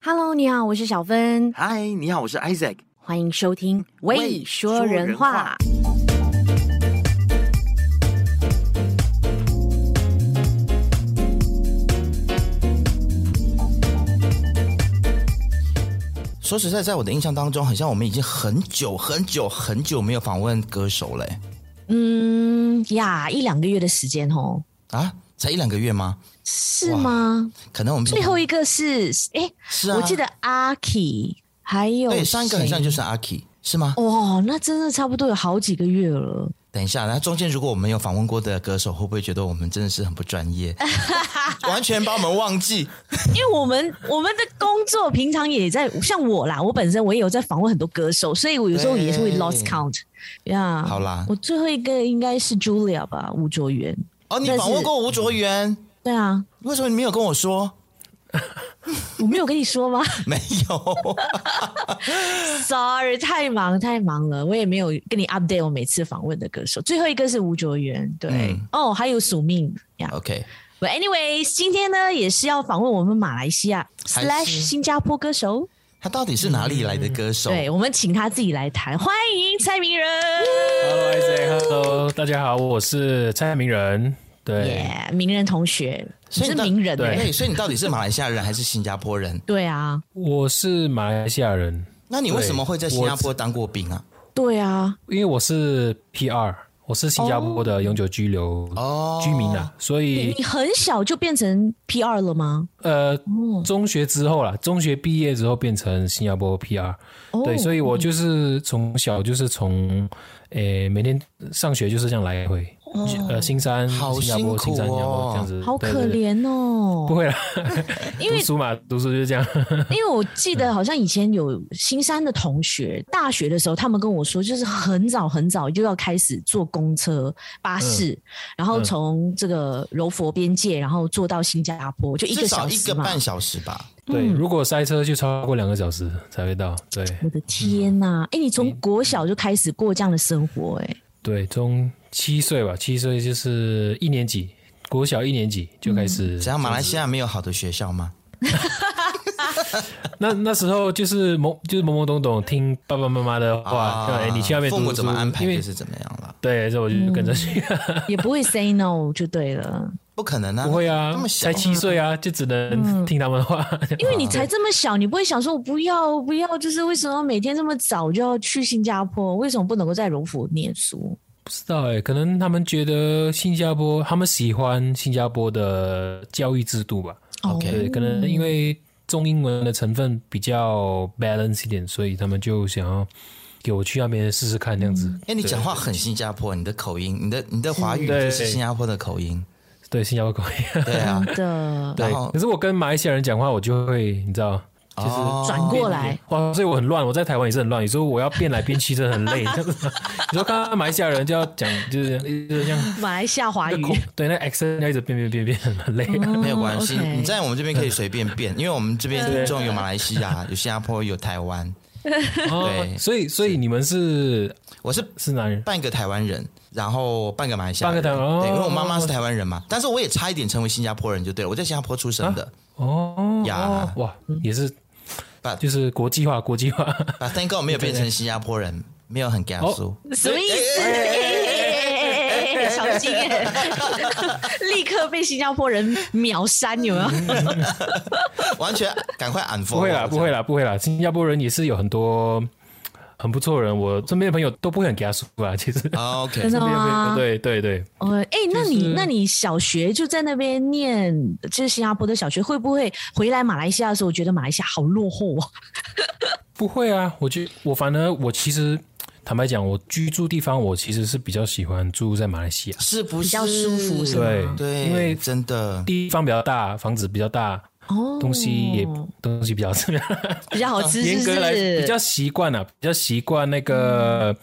Hello，你好，我是小芬，嗨，你好，我是 Isaac。欢迎收听《未喂说说人人话话》。说实在，在我的印象当中，好像我们已经很久很久很久没有访问歌手嘞、嗯呀，一两个月的时间哦，啊，才一两个月吗？是吗？可能我们最后一个是哎，是啊，我记得阿 K 还有对上一个很像谁就是阿 K 是吗？哦，那真的差不多有好几个月了。等一下，那中间如果我们有访问过的歌手，会不会觉得我们真的是很不专 业，完全把我们忘记？因为我 们我们的工作平常也在，像我啦，我本身我也有在访问很多歌手，所以我有时候也是会对 lost count 呀。好啦我最后一个应该是 Julia 吧，吴卓源。哦，你但是访问过吴卓源，对啊，为什么你没有跟我说？我没有跟你说吗没 有， ？Sorry，太忙太忙了，我也没有跟你 update 我每次访问的歌手。最后一个是吴卓源，对、嗯哦哦，还有署命呀。 OK， But anyways，今天呢也是要访问我们马来西亚还是 slash 新加坡歌手，他到底是哪里来的歌手？对我们请他自己来谈，欢迎蔡明仁。 Hello Isaac，Hello，大家好，我是蔡明仁。对耶名人同学，你所以是你到名人哎、对对，所以你到底是马来西亚人还是新加坡人？对啊，我是马来西亚人，那你为什么会在新加坡当过兵啊？对啊，因为我是 PR，我是新加坡的永久居留哦居民啊，所你以你很小就变成 P 二了吗？呃，哦中学之后啦，中学毕业之后变成新加坡 PR，哦对，所以我就是从小就是从诶每天上学就是这样来回，哦呃，新山、好新加坡、辛苦新山、新加哦坡这样子，好对可。对对怜哦不，会啦， 因为读书嘛，读书就是这样。因为我记得好像以前有新山的同学，大学的时候他们跟我说，就是很早很早就要开始坐公车、巴士，嗯然后从这个柔佛边界，然后坐到新加坡，就一个至少小一时个嘛。半小时吧。对，如果塞车就超过两个小时才会到。对我的天呐、哎、你嗯从国小就开始过这样的生活、哎，对，从七岁吧，七岁就是一年级，国小一年级就开始。怎样？马来西亚没有好的学校吗？那那时候就是懵，就是懵懵懂懂，听爸爸妈妈的话，哎、你去那边啊父读母书怎么安排因就为是怎么样了？对，所以我就跟着去。也不会 say no 就对了。不可能啊！不会啊 那么，小才七岁啊，就只能听他们的话。 因为你才这么小，你不会想说我不要我不要，就是为什么每天这么早就要去新加坡？为什么不能够在柔佛念书？不知道哎、可能他们觉得新加坡，他们喜欢新加坡的教育制度吧。对， OK 可能因为中英文的成分比较 balance 一点，所以他们就想要给我去那边试试看这样子。哎，你讲话很新加坡，你的口音，你的你的华语对就是新加坡的口音。对，新加坡口音。对啊，哦真的然 对后， 可是我跟马来西亚人讲话，我就会你知道。就是哦转过来，哇，所以我很乱。我在台湾也是很乱，有时候我要变来变去，真的很累。这样子你说看到马来西亚人就要讲，就是就是像马来西亚华那语嗯个口对那 accent 要一直变变变变，很累。没有关系， OK 你在我们这边可以随便变，因为我们这边听众有马来西亚，有新加坡，有台湾。 哦对，所以所以你们是我是是哪人？半个台湾人，然后半个马来西亚人，半个台湾哦对，因为我妈妈是台湾人嘛，但是我也差一点成为新加坡人就对了，我在新加坡出生 的。哦，呀哇，也是 But- 就是国际化，国际化。把 Thank God 没有变成新加坡人，没有很 g a 哦什么意思？哎哎哎哎哎哎小心哎！立刻被新加坡人秒删，有没有？完全赶快 unfollow。不会啦，不会啦，不会啦，新加坡人也是有很多很不错的人，我身边的朋友都不会很给他输啊， 其实。啊，OK，真的吗？。对对对，哦，哎，那你那你小学就在那边念，就是新加坡的小学，会不会回来马来西亚的时候，觉得马来西亚好落后啊？不会啊，我觉我反而我其实坦白讲，我居住地方我其实是比较喜欢住在马来西亚，是不比是较舒服是吗对对，因为真的地方比较大，房子比较大，哦，东西也、东西比较 比较好吃，严是格不来是？嗯比较习惯啊了，比较习惯那个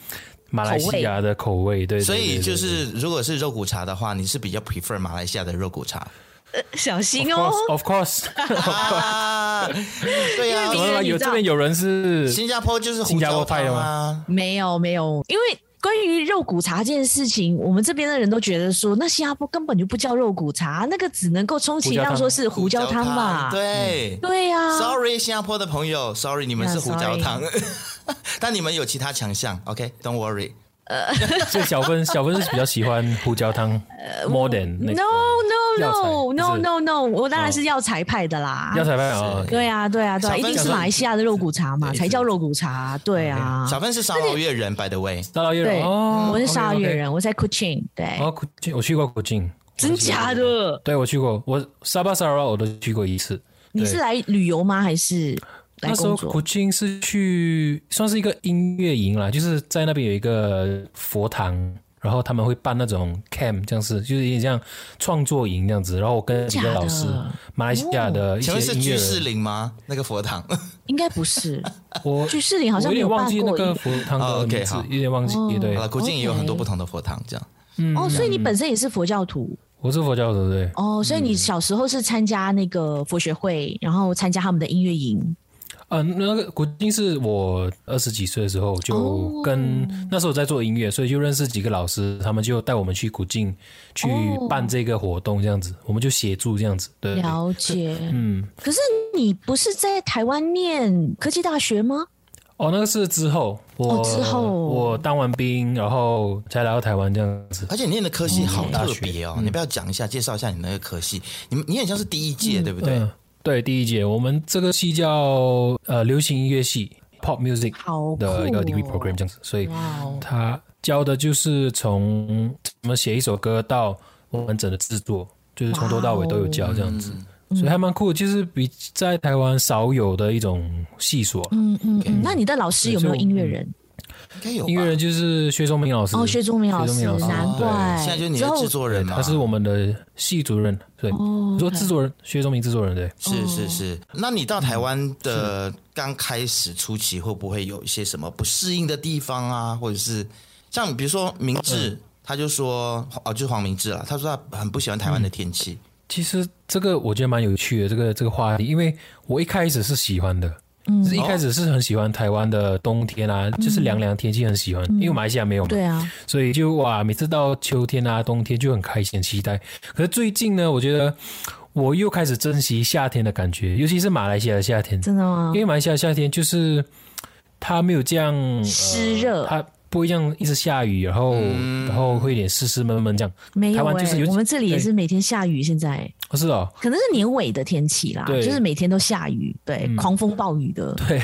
马来西亚的口味，对，对所以对就对是，如果是肉骨茶的话，你是比较 prefer 马来西亚的肉骨 茶小心哦。 Of course，Of course，啊？对呀 因为，有你知有道这边有人是新加坡就是胡新加椒坡派汤的啊，没有没有，因为关于肉骨茶这件事情，我们这边的人都觉得说，那新加坡根本就不叫肉骨茶，那个只能够充其量说是胡椒汤吧？对、对啊呀、啊 s o r r y 新加坡的朋友，Sorry，你们是胡椒汤， 但你们有其他强项，OK，Don't、worry。所以小 芬小芬是比较喜欢胡椒汤 more than 那呃 No 个 no no 药材 no 是哦 no no，我当然是药材派的啦。药材饭啊，对啊对啊对啊，小一分定是享马来西亚的肉骨茶嘛，对才叫肉骨茶。对啊，小芬是沙捞越人，by the way，沙拉越对，人哦，我是 OK，OK 沙越。人，我在 Kuching。对，哦，古晋我去过古晋，真假的？对我去过，我沙巴沙拉我都去过一次。你是来旅游吗？还是来那时候工作古？晋是去算是一个音乐营啦，就是在那边有一个佛堂，然后他们会办那种 camp，这样是就是有点像创作营这样子。然后我跟几个假的哦老师，马来西亚的一请些问是音居乐士人，林吗？那个佛堂应该不是。我居士林好我像没有点办忘记那过个一佛堂哦的，OK，名字好，有点忘记。哦对好，了，古晋也有很多 OK 不同的佛堂，这样。嗯哦，所以你本身也是佛教徒我是佛教徒，对。哦，所以你小时候是参加那个佛学会，然后参加他们的音乐营。嗯、那个古今是我二十几岁的时候哦就跟、那时候我在做音乐，所以就认识几个老师，他们就带我们去古晋去办这个活动，这样子，我们就协助这样子。对，哦了解。嗯，可是你不是在台湾念科技大学吗？哦，那个是之后我、哦之后我当完兵，然后才来到台湾这样子。而且你念的科系好大特学别哦，你不要讲一下，介绍一下你那个科系。你们你很像是第一届，对不对？嗯，对，第一届我们这个系叫呃流行音乐系 （Pop Music） 好酷的一个 degree 哦 program 这样子，所以哇哦，他教的就是从怎么写一首歌到完整的制作，就是从头到尾都有教这样子，哦所以还蛮酷，就是比在台湾少有的一种细所。嗯嗯嗯。那你的老师有没有音乐人？应该有吧哦音乐人就是薛忠明老师哦，薛宗明老师，薛忠明难对怪。现在就是你之的后制作人嘛，他是我们的系主任，对，哦你说制作人薛忠明制作人对。是是是。那你到台湾的刚开始初期，会不会有一些什么不适应的地方啊？或者是像比如说明志，嗯他就说哦，就是黄明志啦，他说他很不喜欢台湾的天气。其实这个我觉得蛮有趣的，这个这个话题，因为我一开始是喜欢的，嗯，就是一开始是很喜欢台湾的冬天啊，就是凉凉天气很哦喜欢，嗯因为马来西亚没有嘛，对啊，所以就哇，每次到秋天啊、冬天就很开心、很期待。可是最近呢，我觉得我又开始珍惜夏天的感觉，尤其是马来西亚的夏天，真的吗因？为马来西亚夏天就是它没有这样呃湿热它不会这样一直下雨，然后、然后会有点湿湿闷闷这样。没台有湾哎、就是有我们这里也对是每天下雨，现在哦，是哦，可能是年尾的天气啦，对嗯就是每天都下雨，对，狂风暴雨的。对，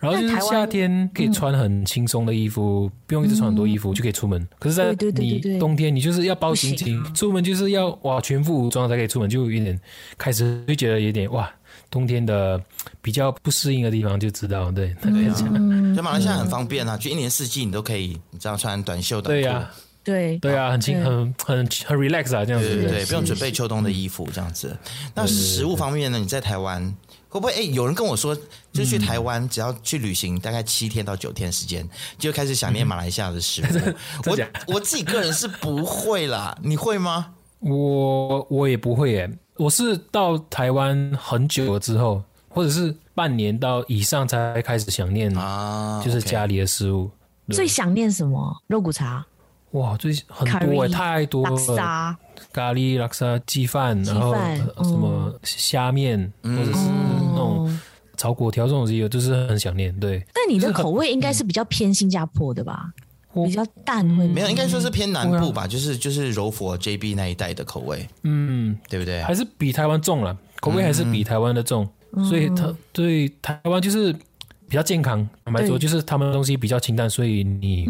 然后就那台是湾嗯夏天可以穿很轻松的衣服，不用一直穿很多衣服就可以出门。可是，在嗯对对对你对对冬天，你就是要包紧紧，出门就是要哇全副武装才可以出门，就有点开始就觉得有点哇冬天的比较不适应的地方就知道，嗯对，大概这样就马来西亚很方便啊，就一年四季你都可以，你知道穿短袖短嗯对裤，呀、对，对啊呀、很轻很很很 relax 啊，这样子，对对对，对不用准备秋冬的衣服这样子。嗯那食物方面呢？你在台湾会不会？哎，有人跟我说，就是嗯去台湾只要去旅行，大概七天到九天时间，就开始想念马来西亚的食物。 真假 我我自己个人是不会啦，你会 吗？我我也不会耶，我是到台湾很久了之后，或者是半年到以上才开始想念，啊，就是 OK 家里的食物。最想念什么？肉骨茶、哇，最很多哎， Curry，太多拉了，沙，咖喱、拉沙、鸡饭，鸡然后饭哦呃什么虾面，或者是那种炒粿条这种东西，我就是很想念。对，但你就的是很口味应该是比较偏新加坡的吧？我嗯比较淡会吗没有，应该说是偏南部吧，就是就是柔佛 JB 那一带的口味，嗯，对不对？还是比台湾重了，口味还是比台湾的重，嗯所以它对台湾就是比较健康。坦白对说，嗯就是他们的东西比较清淡，所以你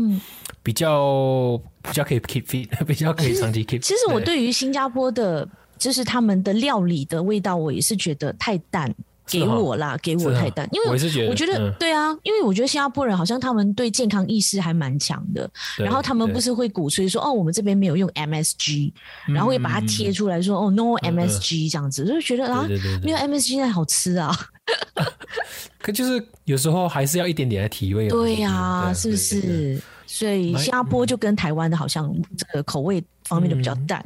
比较比较可以 keep fit，比 较可以长期 keep。其实我对于新加坡的，就是他们的料理的味道，我也是觉得太淡。是给哈我啦，给我是哈太淡，因为我也是觉得我觉得嗯对啊，因为我觉得新加坡人好像他们对健康意识还蛮强的，对然后他们对嗯不是会鼓吹说哦，我们这边没有用 MSG，然后会把它贴出来说哦 no MSG 这样子，就觉得啊呃对对对对没有 MSG 那好吃啊，可就是有时候还是要一点点的体味嘛。对呀、啊是不？对对对是？所以蛮新加坡就跟台湾的好像这个口味方面就比较淡，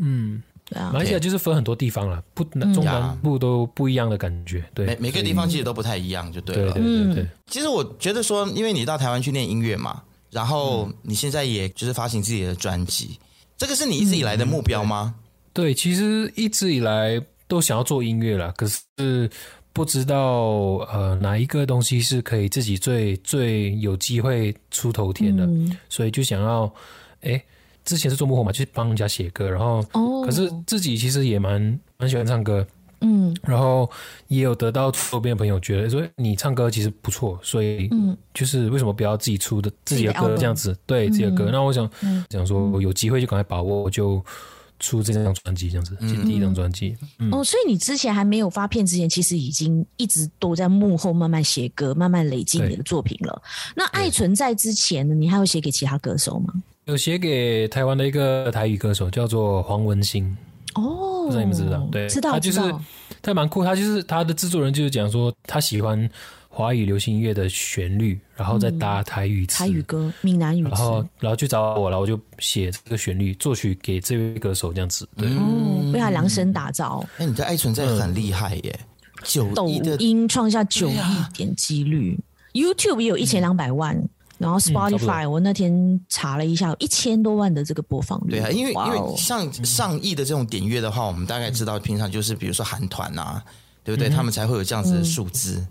嗯，对啊马，来西亚就是分很多地方了，不嗯中南部都不一样的感觉，对，每每个地方其实都不太一样，就对对了。嗯对对对，其实我觉得说，因为你到台湾去念音乐嘛，然后嗯你现在也就是发行自己的专辑，这个是你一直以来的目标吗？嗯对，其实一直以来都想要做音乐啦，可是不知道呃哪一个东西是可以自己最最有机会出头天的，嗯所以就想要哎。之前是做幕后嘛，就是帮人家写歌，然后、哦可是自己其实也蛮蛮喜欢唱歌，嗯然后也有得到周边的朋友觉得说哎你唱歌其实不错，所以嗯就是为什么不要自己出的自己的自己的歌 album 这样子？对自己的歌。那我想嗯想说，有机会就赶快把握，就出这张专辑这样子，这第一张专辑。嗯，哦，所以你之前还没有发片之前，其实已经一直都在幕后慢慢写歌，慢慢累积你的作品了。那《爱存在》之前呢，你还有写给其他歌手吗？有写给台湾的一个台语歌手叫做黄文兴，哦，不知道你们知不知道？对，知道，他就是知道他蛮酷，他就是他的制作人就是讲说他喜欢华语流行音乐的旋律，然后再搭台语词。嗯台语歌、闽南语然词。哦后然后去找我，然后我就写这个旋律作曲给这位歌手这样子。对，哦，为他量身打造，嗯哎，你的爱存在很厉害耶，九抖一哎的音创下九亿点击率、y o u t u b e 也有一千两百万。然嗯后 Spotify，、我那天查了一下，有一千多万的这个播放率。对啊，因为哇因哦为像嗯上亿的这种点阅的话，我们大概知道平常就是比如说韩团啊，对不嗯对？他们才会有这样子的数字。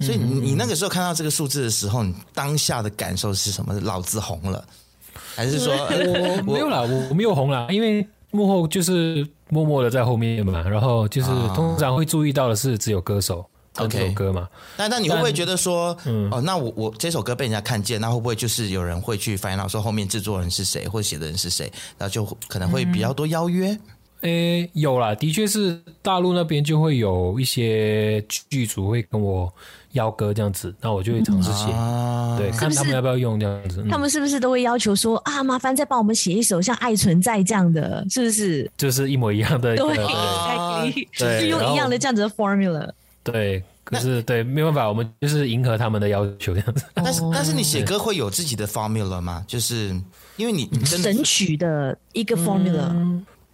所以你你那个时候看到这个数字的时候，你当下的感受是什么？老子红了，还是说 我哦没有啦，我我没有红啦，因为幕后就是默默的在后面嘛，然后就是通常会注意到的是只有歌手。跟这啊 OK 首歌嘛，那那你会不会觉得说，嗯哦，那我我这首歌被人家看见，那会不会就是有人会去烦恼说后面制作人是谁，或写的人是谁，然后就可能会比较多邀约？诶、有啦，的确是大陆那边就会有一些剧组会跟我邀歌这样子，那我就会尝试写，啊，对，看是不是他们要不要用这样子。嗯他们是不是都会要求说啊，麻烦再帮我们写一首像《爱存在》这样的，是不是？就是一模一样的，对，对啊 就对用然后一样的这样子的 formula。对。可是对，没办法，我们就是迎合他们的要求这样子。但是但是你写歌会有自己的 formula 吗？就是因为你你真的神曲的一个 formula，、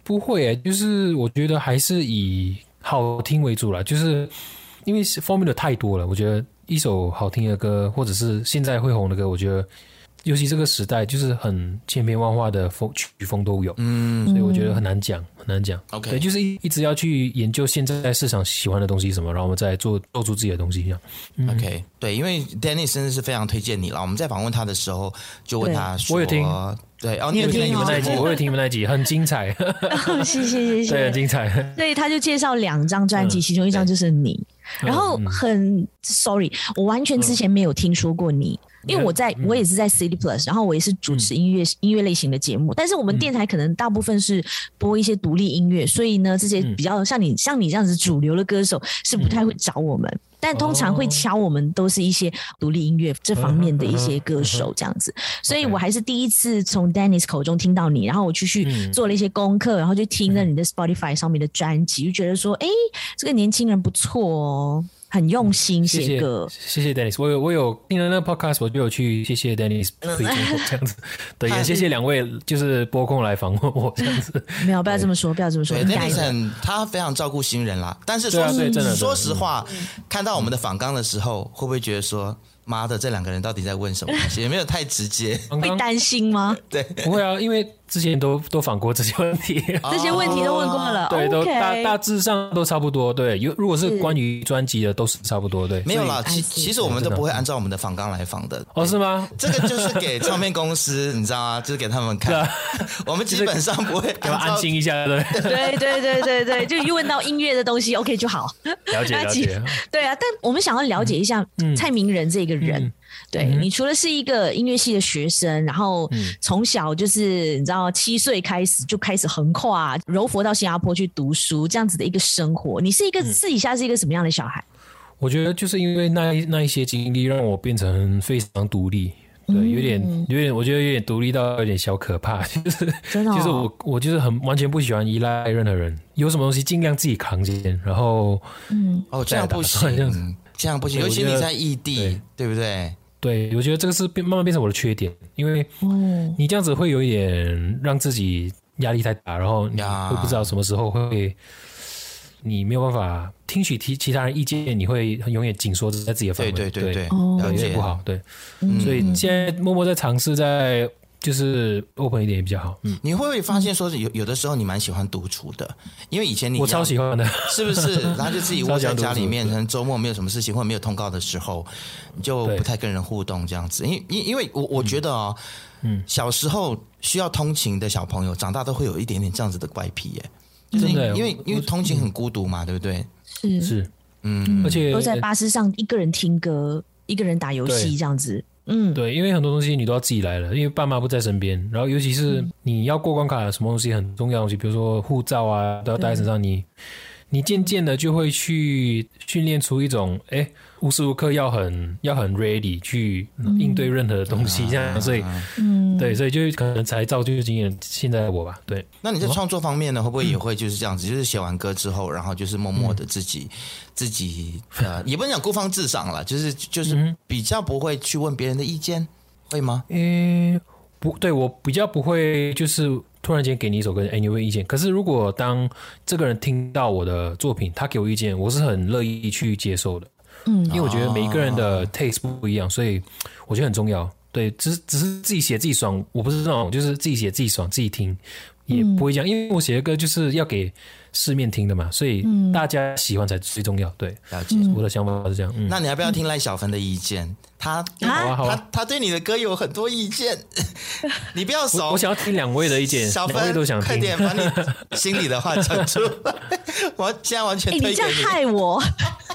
不会、欸，就是我觉得还是以好听为主啦，就是因为是 formula 太多了，我觉得一首好听的歌，或者是现在会红的歌，我觉得尤其这个时代，就是很千变万化的风曲风都有，嗯，所以我觉得很难讲，很难讲。 OK 对，就是一一直要去研究现在市场喜欢的东西是什么，然后我们再做做出自己的东西一样。 OK，对，因为 Dennis 真的是非常推荐你了。我们在访问他的时候，就问他说：“我有听，对，哦，你有我听听你们那一集，节目我有听你们那一集，很精彩，嗯谢谢谢 对，很谢。精彩。所以他就介绍两张专辑，其中一张就是你。然后很 sorry，我完全之前没有听说过你，因为我在我也是在 City Plus，然后我也是主持音乐音乐类型的节目，但是我们电台可能大部分是播一些独立音乐，所以呢，这些比较像你像你这样子主流的歌手是不太会找我们。但通常会敲我们都是一些独立音乐这方面的一些歌手这样子，所以我还是第一次从 Dennis 口中听到你，然后我就去嗯做了一些功课，然后就听了你的 Spotify 上面的专辑，就觉得说，哎，这个年轻人不错哦，很用心谢写谢歌。谢谢 Dennis，我有我有听了那个 podcast，我就有去谢谢 Dennis 嗯推荐我这 样子，对，也谢谢两位就是拨空来访问我这 样子，没有，不要这么说，不要这么说，对很感，Dennis 人。很他非常照顾新人啦。但是对说啊实对真的真的说实话，看到我们的访纲的时候，会不会觉得说，妈的，这两个人到底在问什么东西？也没有太直 接。刚会刚担心吗？不会啊，因为之前都都访过这些 问题，这些问题都问过了哦对，哦都大 OK 大致上都差不多，对，有如果是是关于专辑的都是差不多，对，没有啦，所以 I 其哎 see 其实我们都不会按照我们的访纲来访的。哦是吗？这个就是给唱片公司，你知道吗？就是给他们看。 我们基本上不会啊给我按安照心一下，对， 对对对对对，就一问到音乐的东西，OK 就好。了解那了其解， 嗯对啊，但我们想要了解一下蔡明仁这个人。对你除了是一个音乐系的学生，然后嗯从小就是你知道七岁开始就开始横跨柔佛到新加坡去读书这样子的一个生活，你是一个嗯私底下是一个什么样的小孩？我觉得就是因为那一那一些经历，让我变成非常独立。嗯对，有点有点，我觉得有点独立到有点小可怕， 就是真的哦就是我我就是很完全不喜欢依赖任何人，有什么东西尽量自己扛肩，然后哦，这样不这样子行，这样不行，对尤我其觉得你在异地，对不对？对我觉得这个是变慢慢变成我的缺点，因为哦，你这样子会有一点让自己压力太大，然后你呀会不知道什么时候会你没有办法听取其其他人意见，你会永远紧缩在自己的范对围，对对对对，哦对了有点解嗯不。好，对，所以现在默默在尝试在就是 open 一点也比较好，嗯，你会不会发现说是有有的时候你蛮喜欢独处的，因为以前你我一样超喜欢的，是不 是？然后就自己窝在家里面，可能周末没有什么事情或者没有通告的时候，你就对不太跟人互动这样子。因为因因为我我觉得哦，嗯小时候需要通勤的小朋友，长大都会有一点点这样子的怪癖耶。就是真因的因为我因为通勤很孤独嘛，对不对？是是，嗯而且都在巴士上一个人听歌，一个人打游戏对这样子。嗯，对，因为很多东西你都要自己来了，因为爸妈不在身边。然后尤其是嗯你要过关卡，什么东西很重要的东西，比如说护照啊，都要带在身上。你你渐渐的就会去训练出一种，哎，无时无刻要很要很 ready 去应嗯对任何东西，这啊样。所以，嗯，对，所以就可能才造就今天现在的我吧。对，那你在创作方面呢，会不会也会就是这样子？就是写完歌之后，然后就是默默的自己、嗯自己呃， 也不能讲孤芳自赏了，就是嗯就是比较不会去问别人的意见，会吗？诶，不对，我比较不会就是突然间给你一首歌，哎，你有没有意见？可是如果当这个人听到我的作品，他给我意见，我是很乐意去接受的。嗯因为我觉得每一个人哦的 taste 不一样，所以我觉得很重要。对，只是只是自己写自己爽，我不是那种就是自己写自己爽自己听，也不会这样，因为我写的歌就是要给市面听的嘛，所以大家喜欢才最重要。对，了解。我的想法是这样。嗯，那你要不要听赖小芬的意见？他好啊好他啊，他对你的歌有很多意见， 你不要我怂。我想要听两位的意见，小两位芬都想快听。点把你心里的话讲出来。 我现在完全哎、推你这给样你。害 我，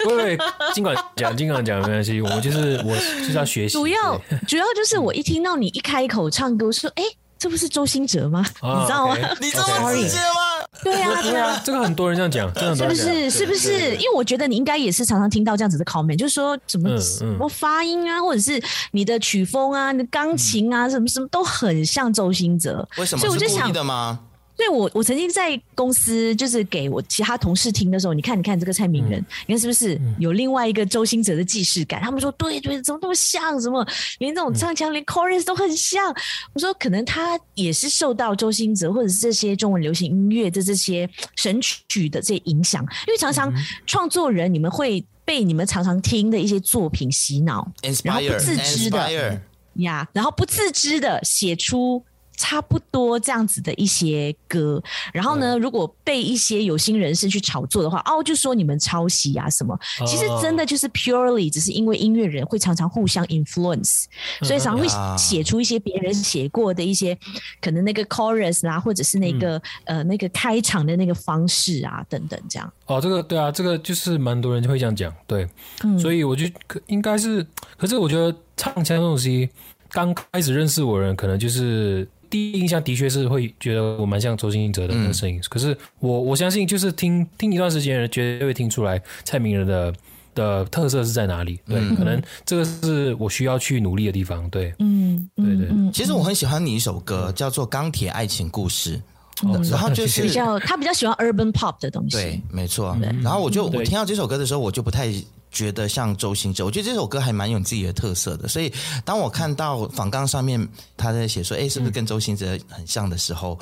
不会，不会尽管讲，尽管讲没关系，我们就是我就是要学习。主要对主要就是我一听到你一开口唱歌，我说哎、这不是周兴哲吗？啊你知道吗 OK 你这么直接吗？对啊，对啊，这个很多人这样讲，真的很是不多人这样讲是？是不对对是？对因为我觉得你应该也是常常听到这样子的 comment，就是说什么嗯嗯什么发音啊，或者是你的曲风啊、你的钢琴啊，什么什么都很像周兴哲。嗯为什么所以我是就故想意的吗？对我，我曾经在公司就是给我其他同事听的时候，你看，你看这个蔡明仁，你看是不是有另外一个周星哲的既视感？他们说对对，怎么那么像？怎么连这种唱腔、连 chorus 都很像？我说可能他也是受到周星哲或者是这些中文流行音乐的这些神曲的这些影响，因为常常创作人你们会被你们常常听的一些作品洗脑，然后 inspire 不自知的嗯 inspire，呀然后不自知的写出差不多这样子的一些歌，然后呢，如果被一些有心人士去炒作的话，哦，就说你们抄袭啊什么，其实哦真的就是 purely 只是因为音乐人会常常互相 influence，所以常常啊会写出一些别人写过的一些可能那个 chorus 啦，或者是那个嗯呃那个开场的那个方式啊等等这样，哦，这个对啊，这个就是蛮多人会这样讲，对，嗯所以我就可应该是，可是我觉得唱腔这种东西，刚开始认识我的人，可能就是第一印象的确是会觉得我蛮像周星哲的嗯那个声音，可是我我相信就是听听一段时间的人，绝对会听出来蔡明仁的的特色是在哪里，对，可能这个是我需要去努力的地方，对，嗯，对对嗯，其实我很喜欢你一首歌，叫做《钢铁爱情故事》，嗯哦然后就是比较他比较喜欢 urban pop 的东西，对，没错。嗯然后我就我对听到这首歌的时候，我就不太觉得像周兴哲，我觉得这首歌还蛮有自己的特色的。所以当我看到访纲上面他在写说，哎，嗯是不是跟周兴哲很像的时候，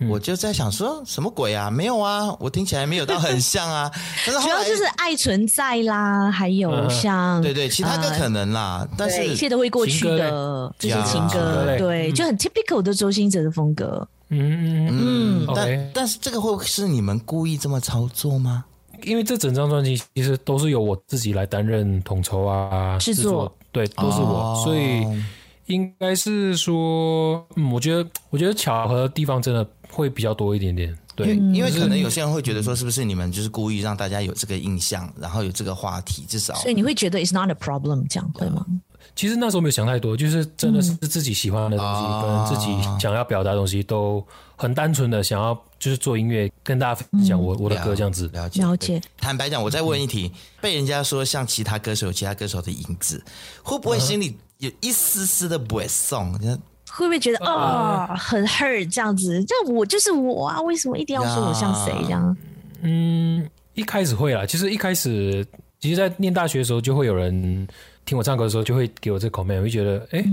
嗯我就在想说什么鬼啊？没有啊，我听起来没有到很像 啊。但是后主要来就是爱存在啦，还有嗯像、对对，其他歌可能啦，但呃对一切是都会过去情嗯的这些呀情情歌歌，类对，就很 typical 的周星哲的风格。嗯嗯嗯，嗯， OK 但但是这个会是你们故意这么操作吗？因为这整张专辑其实都是由我自己来担任统筹啊，制制作作对，都是我，哦所以。应该是说，嗯，我觉得，我觉得巧合的地方真的会比较多一点点。对，因为因为嗯可能有些人会觉得说，是不是你们就是故意让大家有这个印象，然后有这个话题，至少所以你会觉得 it's not a problem 这样会吗？其实那时候没有想太多，就是真的是自己喜欢的东西，啊跟自己想要表达的东西，都很单纯的想要就是做音乐，跟大家分享嗯我、我的歌这样子。了解了解，坦白讲，我再问一题，被人家说像其他歌手有其他歌手的影子，会嗯不会心里有一丝丝的不会送？会不会觉嗯得啊、哦、很 hurt 这样子？这我就是我啊，为什么一定要说我像谁啊呀这样？嗯，一开始会啦，其实一开始，其实，在念大学的时候，就会有人听我唱歌的时候，就会给我这个 comment，我就觉得，哎、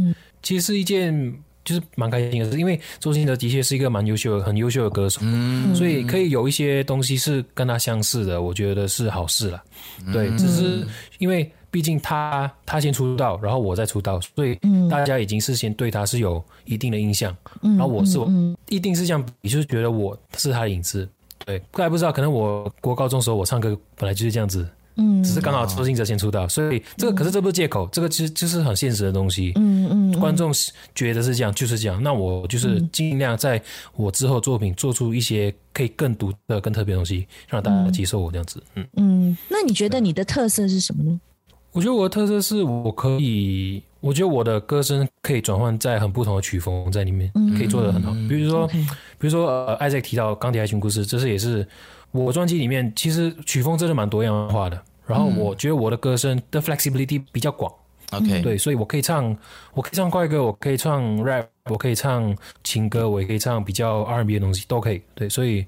其实是一件。就是蛮开心的事，因为周兴哲的确是一个蛮优秀的、很优秀的歌手，所以可以有一些东西是跟他相似的，我觉得是好事了。对，只是因为毕竟他他先出道，然后我再出道，所以大家已经事先对他是有一定的印象，嗯然后我是我、一定是这样比，也就是觉得我是他的影子。对，后来不知道，可能我国高中时候我唱歌本来就是这样子，嗯只是刚好周兴哲先出道，所以这个可是这不是借口，这个其实就是很现实的东西。嗯嗯观众是觉得是这样，就是这样。那我就是尽量在我之后作品做出一些可以更独特、更特别的东西，让大家接受我这样子。嗯，嗯，那你觉得你的特色是什么呢？我觉得我的特色是我可以，我觉得我的歌声可以转换在很不同的曲风在里面，可以做得很好。比如说，嗯 OK 比如说呃，艾泽提到《钢铁爱情故事》，这是也是我专辑里面其实曲风真的蛮多样化的。然后嗯我觉得我的歌声的 flexibility 比较广， OK，嗯对，所以我可以唱，我可以唱快歌，我可以唱 rap，我可以唱情歌，我也可以唱比较 R&B 的东西，都可以。对，所以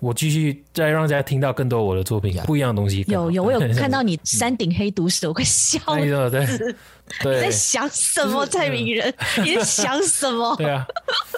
我继续再让大家听到更多我的作品 Yeah 不一样的东西。更好有 有，我有对看到你山顶黑毒蛇，我快笑哎了。呦对你 在对想什么，蔡明 仁？你在想什么？对啊，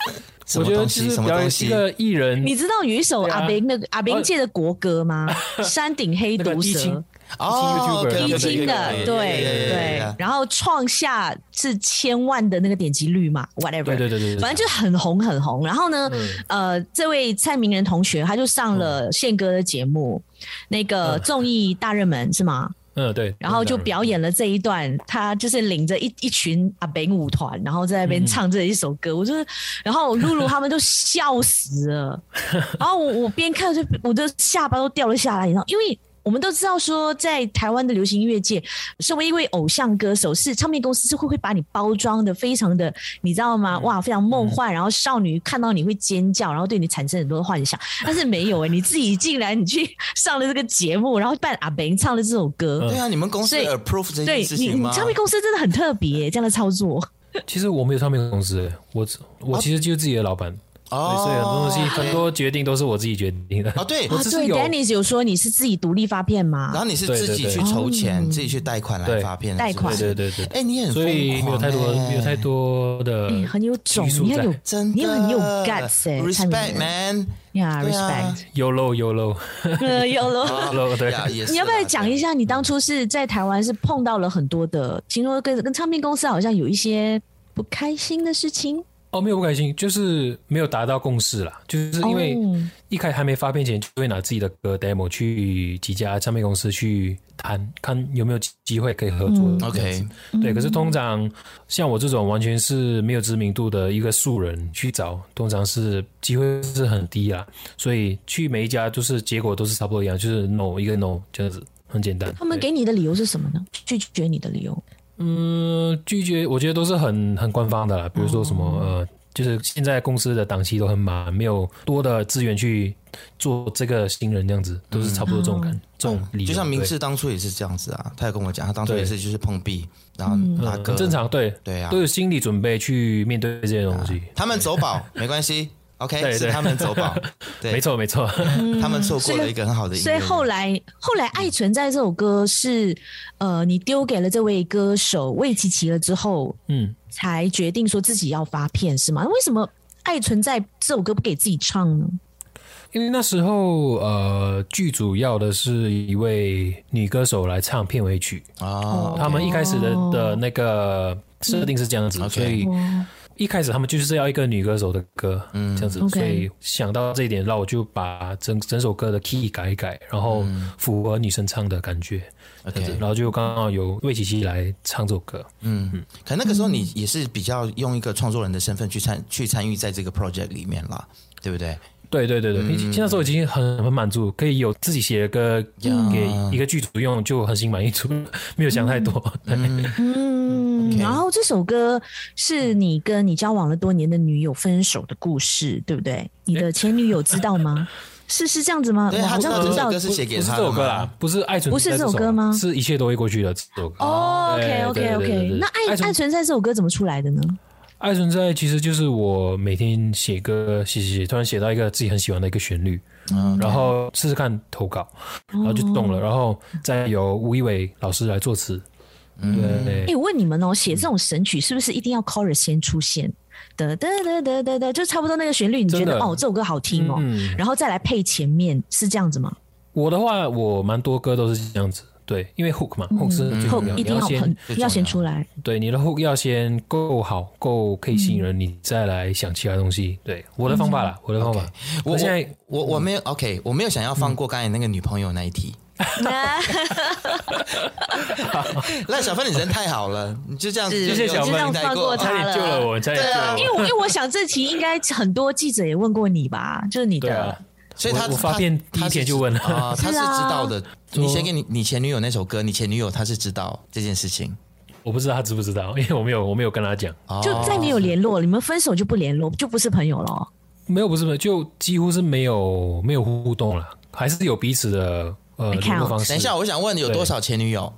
什我么觉得东就西？是什么表演东一西？个艺人，你知道有一首对啊阿兵那个阿兵界的国歌 吗？山顶黑那个毒易清蛇，哦， YouTuber 易易经清的，对啊对，然后创下是千万的那个点击率嘛，whatever，对对对嗯对，对反正就很红很红。然后呢，呃，这位蔡明仁同学他就上了嗯宪哥的节目，那个综艺大热门是吗？嗯对，然后就当然表演了这一段，他就是领着一一群阿北舞团，然后在那嗯边唱这一首歌，我就是，然后露露他们都笑死了， 然后我我边看就我的下巴都掉了下来，然后因为。我们都知道说，在台湾的流行音乐界，身为一位偶像歌手，是唱片公司是会会把你包装的非常的，你知道吗？嗯哇，非常梦幻，然后少女看到你会尖叫，然后对你产生很多的幻想。但是没有哎、你自己竟然你去上了这个节目，然后扮阿北唱了这首歌，对啊，你们公司所以 approve 这对件事你，情你吗？唱片公司真的很特别、这样的操作。其实我没有唱片公司，我哦我其实就是自己的老板，对，所以很多东西很多嗯决定都是我自己决定的。哎哦，对我啊，只对是有，Dennis 有说你是自己独立发片然吗？后你是对自对己对去筹钱，哦自己去贷款来对发片，贷是不款是 对对对对，哎，你很所以疯没狂有太多欸没有太多的哎很有种拘，束你很有在，真的，你很有 guts 哎蔡明 respect 仁 man，呀对啊哦，respect，有漏有漏 呃，有 了。有漏， 对，呀也是你要不要啦讲对一下，你当初是在台湾是碰到了很多的，听说跟跟唱片公司好像有一些不开心的事情？哦，没有不开心，就是没有达到共识啦，就是因为哦一开还没发片前，就会拿自己的歌 demo 去几家唱片公司去谈，看有没有机会可以合作。嗯 OK 对，可是通常像我这种完全是没有知名度的一个素人去找，通常是机会是很低啦，所以去每一家都是结果都是差不多一样，就是 no 一个 no 这样子，很简单。他们给对你的理由是什么呢？拒绝你的理由？嗯，拒绝我觉得都是很很官方的啦，比如说什么、呃，就是现在公司的档期都很满，没有多的资源去做这个新人这样子，都是差不多这种感、这种理由，就像明对志当初也是这样子啊，他也跟我讲，他当初对也是就是碰壁，然后拿嗯歌，很正，常，对，对啊都，有心理准备去面对这些东西，他们走宝没关 系，OK，对是对他们走 宝，对没，错没错， 他们错过了一个很好的音乐嗯所以后来，后来《爱存在》这首歌是，呃，你丢给了这位歌手魏琪琪了之后，嗯，才决定说自己要发片是吗？为什么《爱存在》这首歌不给自己唱呢？因为那时候呃，剧组要的是一位女歌手来唱片尾曲，哦，他们一开始的的那个设定是这样子，嗯所以。哦，一开始他们就是要一个女歌手的歌，嗯，这样子 OK 所以想到这一点，那我就把整整首歌的 key 改一改，然后符合女生唱的感觉，这样嗯子 OK 然后就刚好由魏琪琪来唱这首歌，嗯，可那个时候你也是比较用一个创作人的身份去参去参与在这个 project 里面啦，对不对？对对嗯对对，已经那时候已经很很满足，可以有自己写的歌给一个剧组用，就很心满意足， 没有想太多。嗯， OK 然后这首歌是你跟你交往了多年的女友分手的故事，对不对？你的前女友知道 吗？是是这样子吗？对我好他知像道知这首道歌。是写给不是他这的首嘛歌啦，不是爱存不是在这首歌吗是一切都会过去的这首歌。哦，OK 对 OK 对对对对 OK，对那爱《爱存爱存在》这首歌怎么出来的呢？爱存在其实就是我每天写歌写写写，突然写到一个自己很喜欢的一个旋律，嗯然后哦试试看投稿，然后就中了，然后再由吴一伟老师来作词，对嗯哎、，我问你们哦，写这种神曲是不是一定要 chorus 先出现？得得得得得得，就差不多那个旋律，你觉真得的哦这首歌好听哦，嗯然后再来配前面，是这样子吗？我的话，我蛮多歌都是这样子，对，因为 hook 嘛，hook 是最重嗯 hook 要，一你定要要很先最重要要先出 来，对你的 hook 要先够好，够可以吸引人，你再来想其他东西。对，我的方法啦，我的方法 OK，，我我现我在嗯我我没有 OK，我没有想要放过刚才那个女朋友那一题。赖小芬，你人太好了，你就这样，是就谢谢小就芬这样带放过她差点救了我，差 点对救啊了 因我。为我因为我想这题应该很多记者也问过你吧，就是你对的啊，所以他我我发片第一天就问了啊，他是是啊知道的。说你写给你你前女友那首歌，你前女友她是知道这件事情，我不知道他知不知道，因为我没有我没有跟他讲，哦就再没有联络，你们分手就不联络，就不是朋友了哦。没有不是没有，就几乎是没有没有互动了，还是有彼此的呃 Account 联络方式。等一下，我想问有多少前女友？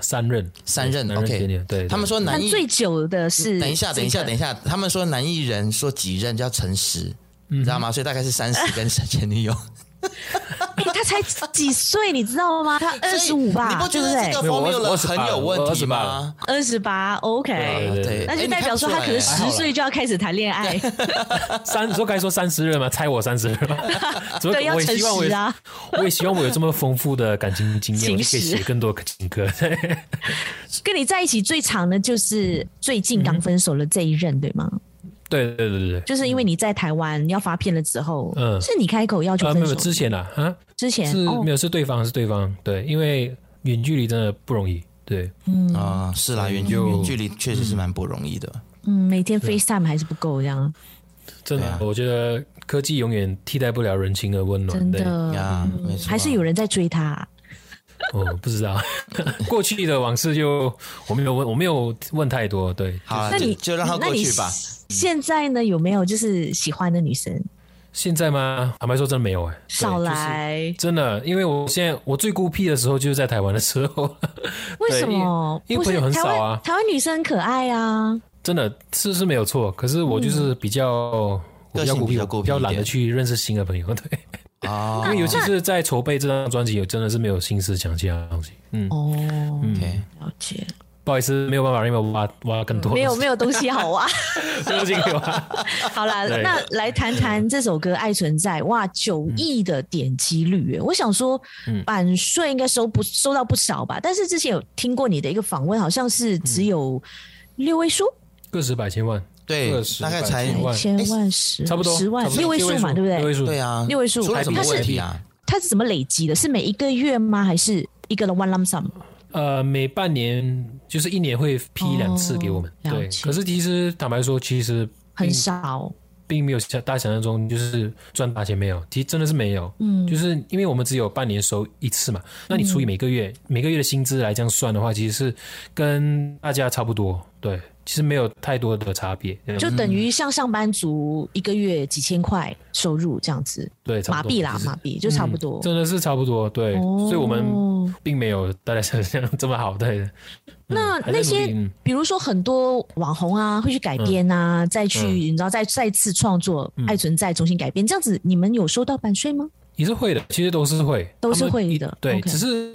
三任，三任男人，OK 前女友对，对他们说那男艺，最久的是等一下，等一下，等一下，他们说男艺人说几任叫诚实，嗯你知道吗？所以大概是 三十跟前女友，哎、他才几岁，你知道吗？ 他二十五吧，你不觉得对这不个没有我 formula 我28很有问题吗？对？二十八对，OK，对对，对那哎就你代看表说出他来可能哎十岁就要开始谈恋爱，三，说该说三十任嘛，猜我三十任 嘛，怎么对，要我也诚希望我实有啊。我也希望我有这么丰富的感情 经验，情我就可以史写更多情歌。 跟你在一起最长的就是最嗯近刚分手的这一任，对吗？对对对对对，就是因为你在台湾要发片了之后，嗯是你开口要求啊，分没手有的，之前啦，啊，之前是哦没有是对方是对方，对，因为远距离真的不容易，对，啊，是啦，远距就远距离确实是蛮不容易的。嗯，每天啊 FaceTime 还是不够这样，真对啊的，我觉得科技永远替代不了人情的温暖，真对，的。呀，没错，嗯还是有人在追他啊，哦，不知道， 过去的往事就我没有问，我没有问太多，对，好啊，那就你就让他那过你去吧。嗯现在呢，有没有就是喜欢的女生现在吗？坦白说，真的没有哎、对少就是来？真的，因为我现在我最孤僻的时候就是在台湾的时候， 为什么？因为因为不是朋友很少啊台湾台湾女生很可爱啊，真的是是没有错。可是我就是嗯比较、我比较个性孤僻，比较我孤僻比较懒一得点去认识新的朋友，对，哦因为尤其是在筹备这张专辑，我真的是没有心思讲其他东西。嗯，哦， OK，了解，不好意思，没有办法，因为我挖挖更多，没有没有东西好啊挖。对不起，没有挖。好啦，对嗯那来谈谈这首歌《爱存在》哇，九亿的点击率耶、我想说，版税应该收不收到不少吧？但是之前有听过你的一个访问，好像是只嗯有六位数， 哎个十百千万，对个，十大概百才千万千万十差不多十万差不多六位数嘛，对不六对位？数，对啊，六位数出了什么它是问题啊？它是怎么累积的？是每一个月吗？还是一个 one lump sum？呃，每半年就是一年会批两次给我们。哦了对，解可是其实坦白说，其实很少，并没有像大家想象中就是赚大钱没有，其实真的是没有。嗯，就是因为我们只有半年收一次嘛，那你除以每个月、每个月的薪资来这样算的话，其实是跟大家差不多，对，其实没有太多的差别，呃就等于像上班族一个月几千块收入这样子，对，差麻不多痹啦就，是麻痹就差不多嗯。真的是差不多，对，哦所以我们嗯并没有大家想象这么好，对，那那还在努力些嗯，比如说很多网红啊，会去改编啊，嗯再去你知道再再次创作《爱存在》重新改编，这样子你们有收到版税吗？也是会的，其实都是会，都是他们会一的对， OK 只是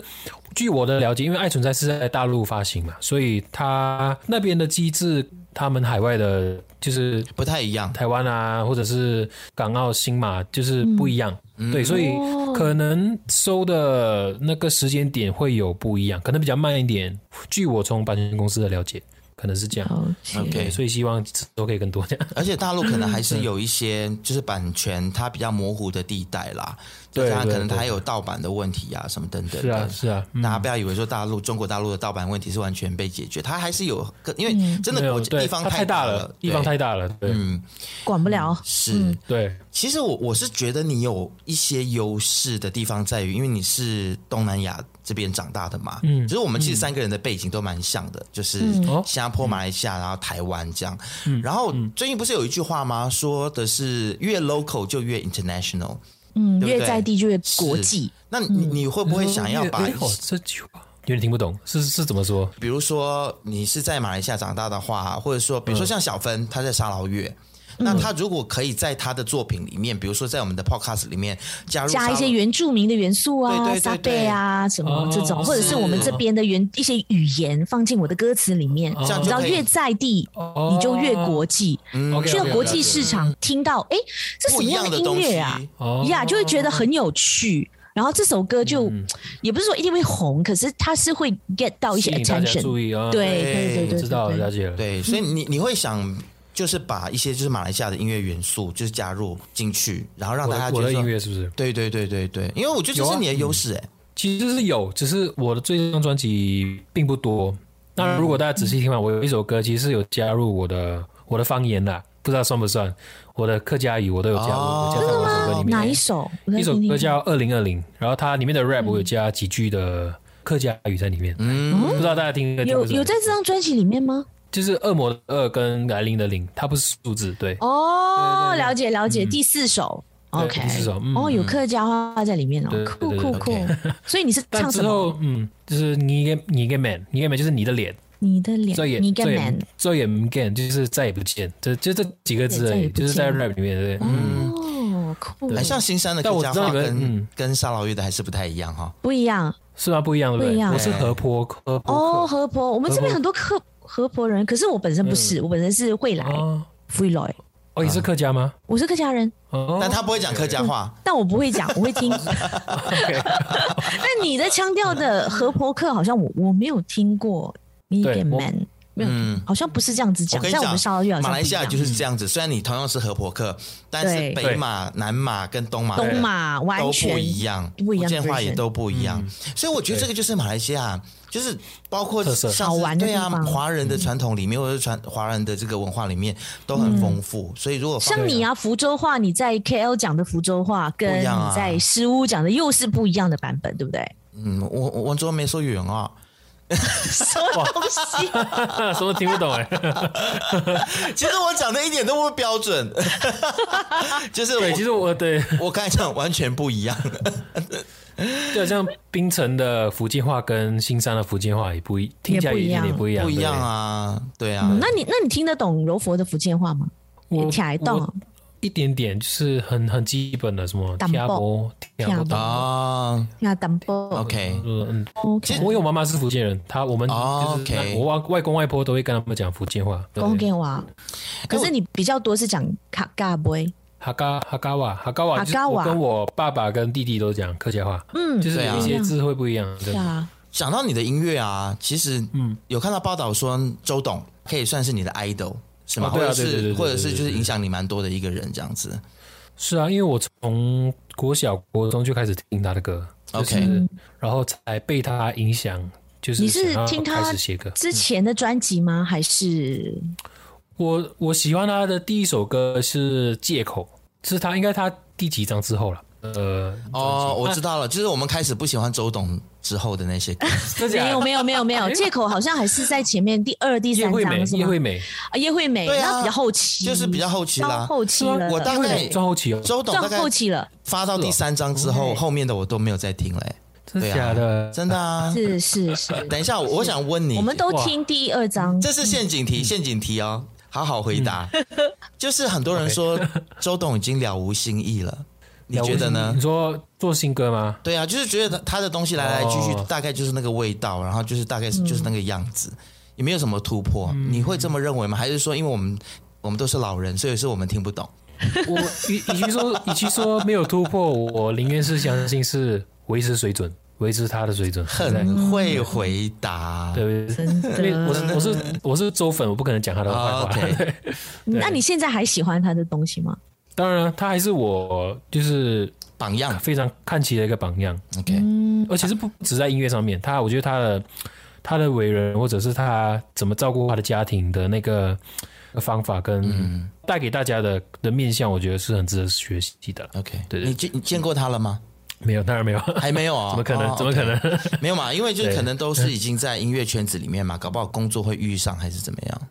据我的了解，因为爱存在是在大陆发行嘛，所以它那边的机制，他们海外的就是不太一样，台湾啊，或者是港澳新马，就是不一样。对，所以嗯哦可能收的那个时间点会有不一样，可能比较慢一点。据我从版权公司的了解，可能是这样。好 OK 对，嗯所以希望都可以更多这样。而且大陆可能还嗯是有一些就是版权它比较模糊的地带啦，对再加上对可能它对还有盗版的问题啊，什么等等是啊，的。是啊，嗯大家不要以为说大陆中国大陆的盗版问题是完全被解决，它还是有个，因为嗯真没的有国对，地方它太大了，对地方太大了，对嗯管不了。嗯是。对，其实我我是觉得你有一些优势的地方在于，因为你是东南亚这边长大的嘛，嗯，只是我们其实三个人的背景都蛮像的，就是哦新加坡、马来西亚，然后台湾这样。然后最近不是有一句话吗？说的是越 local 就越 international。嗯，对不对越在地就越国际，那你你会不会想要 把哎？哦这句话有点听不懂，是是怎么说？比如说你是在马来西亚长大的话，或者说比如说像小芬，她在沙劳越。那他如果可以在他的作品里面，比如说在我们的 podcast 里面加入加一沙些原住民的元素啊、对对对撒对贝啊什么哦这种，或者是我们这边的原一些语言放进我的歌词里哦面，这样你就知道可以越在地哦你就越国际，嗯 OK，去到 OK，OK，OK 国际市场听到哎这什不么一样样的音东西乐啊？哦嗯呀就会觉得很有趣。然后这首歌就、也不是说一定会红，可是它是会 get 到一吸些引大家 attention。注意啊。对对对对对，知道了，对对了解了。对，所以你你会想，就是把一些就是马来西亚的音乐元素，就是加入进去，然后让我大家的觉我的得音说，乐是不是？对对对对对，因为我觉得这有啊是你的优势哎，其实是有，只是我的这张专辑并不多。当然，如果大家仔细听完，我有一首歌其实是有加入我的我的方言啦，不知道算不算？我的客家语我都有加入，哦我加到我的歌里面。哪一首？我再一首听听歌看嗯叫《二零二零》，然后它里面的 rap 我有加几句的客家语在里面，嗯，不知道大家听没听有过这首有在这张专辑里面吗？就是恶魔的恶跟来临的临，它不是数字，对，嗯哦，了解了解，第四首。对 OK，第四首嗯哦，有客家话在里面哦对，对酷对酷对酷 OK。 所以你是但唱之什么？后嗯，就是你给你给 man，你给 man 就是你的脸，你的脸这也，你这跟也 man。这也 m a n 就是再也不见，这就这几个字对而再也已，不见就是在 rap 里面，对，嗯，哦，酷，很像新山的但客我家知道话你们跟嗯跟沙劳越的还是不太一样哈，不一样是吗？不一样，对不一对？样我是河坡河哦。坡客河婆，我们这边很多客河婆人，可是我本身不是，我本身是惠来嗯哦，福伊来，哦，你是客家吗？我是客家人，哦，但他不会讲客家话，但我不会 讲，我会听。 但你的腔调的河婆客好像我我没有听过，你对跟我 man 没有听嗯，过，好像不是这样子我讲，跟你在我们沙拉越好像马来西亚不一样就是这样子，虽然你同样是河伯克，但是对北马、南马跟东马东马完都全不一样，不一样的福建话也 version 嗯都不一样，所以我觉得对这个就是马来西亚，就是包括特色像是好玩的对地，啊方华人的传统里面或者传华人的这个文化里面都很丰富，所以如果放嗯像你啊，福州话，你在 KL 讲的福州话，跟不一你样啊在诗屋讲的又是不一样的版本，对不对？嗯，我我我做没说远啊， 什么哦东西？ 什么都听不懂 哎？其实我讲的一点都不标 准，就是对，其我实我对。我刚才讲完全不一样，就好像槟城的福建话跟新山的福建话也不一，听起来也一点也不一样，不一样对！啊，对啊，嗯那你那你听得懂柔佛的福建话吗？我听得懂啊我一点点，就是很很基本的什么淡薄听不听不听懂。啊那淡薄，OK。嗯， ，OK，我有妈妈是福建人，她我们哦就是 OK 我外外公外婆都会跟他们讲福建话。对公给我。可是你比较多是讲卡嘎不会？哈嘎哈嘎瓦哈嘎瓦，就是我 Hakawa 跟我爸爸跟弟弟都讲客家话，嗯，就是对啊有一些字会不一样。对是啊，讲到你的音乐啊，其实嗯，有看到报道说周董可以算是你的 idol 是吗？哦或对啊者对对对是对或者是对对就是影响你蛮多的一个人这样子。是啊，因为我从国小国中就开始听他的歌，就是 OK 嗯然后才被他影响，就是你是想要听他开始写歌。之前的专辑吗？还是我我喜欢他的第一首歌是《借口》，是他应该他第几张之后了？呃，哦，我知道 了，就是我们开始不喜欢周董之后的那些歌。真假没有没有没有 没有，借口好像还是在前面第二、第叶三惠美章，是叶吗惠？美啊，叶惠美，对啊然后比较后期，就是比较后期啦到后期是吗了，我叶大惠概美撞后期哦，周董到大概后期 了。发到第三章之后，嗯后面的我都没有再听了、欸真对啊假的？真 的啊。是是是，等一下，我我想问你，我们都嗯听第二章，这是陷阱题，陷阱题哦，好好回答。嗯就是很多人 说周董已经了无新意了，你觉得呢你？说做新歌吗？对啊，就是觉得他的东西来来去去，嗯哦大概就是那个味道，然后就是大概是就是那个样子，也没有什么突破。嗯你会这么认为吗？还是说，因为我们我们都是老人，所以是我们听不懂？我与与其说与其说没有突破，我宁愿是相信是维持水准，维持他的水准。对不对很会回答。对不对？ 真的因为我是我是我是周粉，我不可能讲他的坏啊话。 OK，那你现在还喜欢他的东西吗？当然了，他还是我就是榜样。非常看齐的一个榜样， OK，而且是不只在音乐上面，他我觉得他的他的为人，或者是他怎么照顾他的家庭的那个方法，嗯跟带给大家的的面向，我觉得是很值得学习的。 OK，对对你见你见过他了吗？没有，当然没有，还没有啊、 怎么可能？哦怎么可能？ OK 没有嘛？因为就是对可能都是已经在音乐圈子里面嘛，搞不好工作会遇上还是怎么样？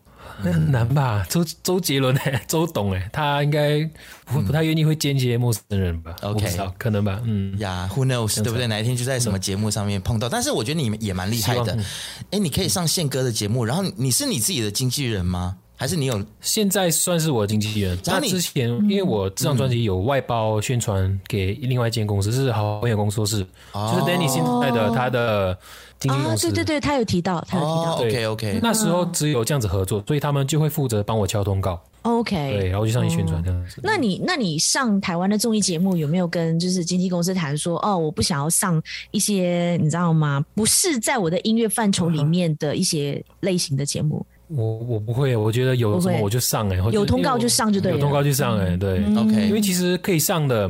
那 很难吧？周周杰伦哎、周董哎、他应该不不太愿意会间接陌生人吧 OK 我不知道，可能吧，嗯。呀、w h o knows，对不对？哪一天就在什么节目上面碰到？但是我觉得你也蛮厉害希的望，哎，你可以上宪哥的节目，然后你是你自己的经纪人吗？还是你有现在算是我经纪人。那他你之前因为我这张专辑有外包宣传给另外一间公司，是好朋友工作室，就是 Danny 现在的他的经纪啊公，司。哦对对对，他有提到，他有提到。嗯哦，OK OK，那时候只有这样子合作，所以他们就会负责帮我敲通告， OK，对，然后就上去宣传这样子。哎哦那你那你上台湾的综艺节目有没有跟就是经纪公司谈说哦，我不想要上一些你知道吗？不是在我的音乐范畴嗯里面的一些类型的节目。我我不会，我觉得有不什会么我就上哎、或者有通告就上就对了嗯有通告就上哎、对， OK，因为其实可以上的，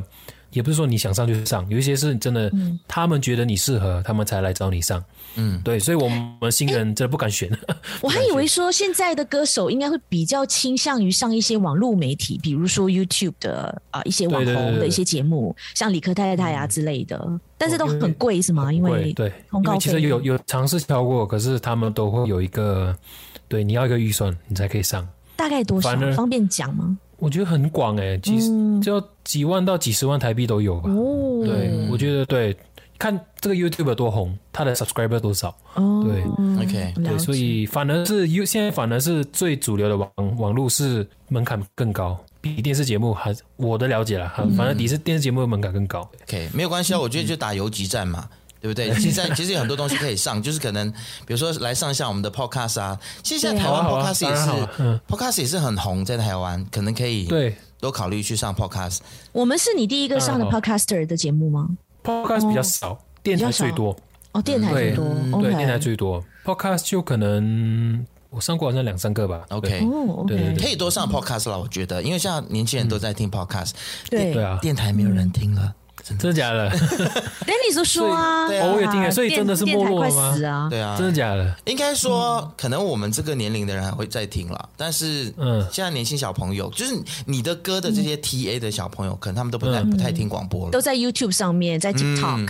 也不是说你想上就上，有一些是真的，嗯他们觉得你适合，他们才来找你上。嗯，对，所以我们新人真的不敢选。我还以为说现在的歌手应该会比较倾向于上一些网络媒体，比如说 YouTube 的啊、一些网对对对红对嗯哦的一些节目，像理科太太呀、之类的，但是都很贵是吗？因对为对，通因告为其费实有有尝试敲过，可是他们都会有一个，对，你要一个预算，你才可以上。大概多少反而？方便讲吗？我觉得很广哎、几十、嗯就几万到几十万台币都有吧。哦，对，我觉得对，看这个 YouTube 多红，他的 subscriber 多少，哦，对 OK，了对，解所以反而是 U 现在反而是最主流的网网络是门槛更高，比电视节目还我的了解啦，还嗯反正你是电视节目的门槛更高。 OK，没有关系啊，我觉得就打游击战嘛。对不对？现在其实有很多东西可以上，就是可能比如说来上一下我们的 podcast 啊。其实现在台湾好啊好啊 podcast 也当然好啊是 podcast 也是很红，在台湾可能可以哦对多考虑去上 podcast。我们是你第一个上的当然 Podcaster 的节目吗？ ，podcast 比较少，电台最多，哦，电台嗯对最多，OK 对，电台最多，podcast 就可能我上过好像两三个吧。 OK，哦，对对 OK，对可以多上 podcast 啦，我觉得，因为现在年轻人都在听 podcast，对对。啊，电台没有人听了。真的假的？等你说说啊，所以对啊偶尔听啊所以真的是没落电了台快死吗？啊！ 对啊，嗯真的假的？应该说，可能我们这个年龄的人还会再听啦，但是，嗯嗯，现在年轻小朋友，就是你的歌的这些 TA 的小朋友，可能他们都不太不太听广播嗯都了。在 YouTube 上面，在 TikTok，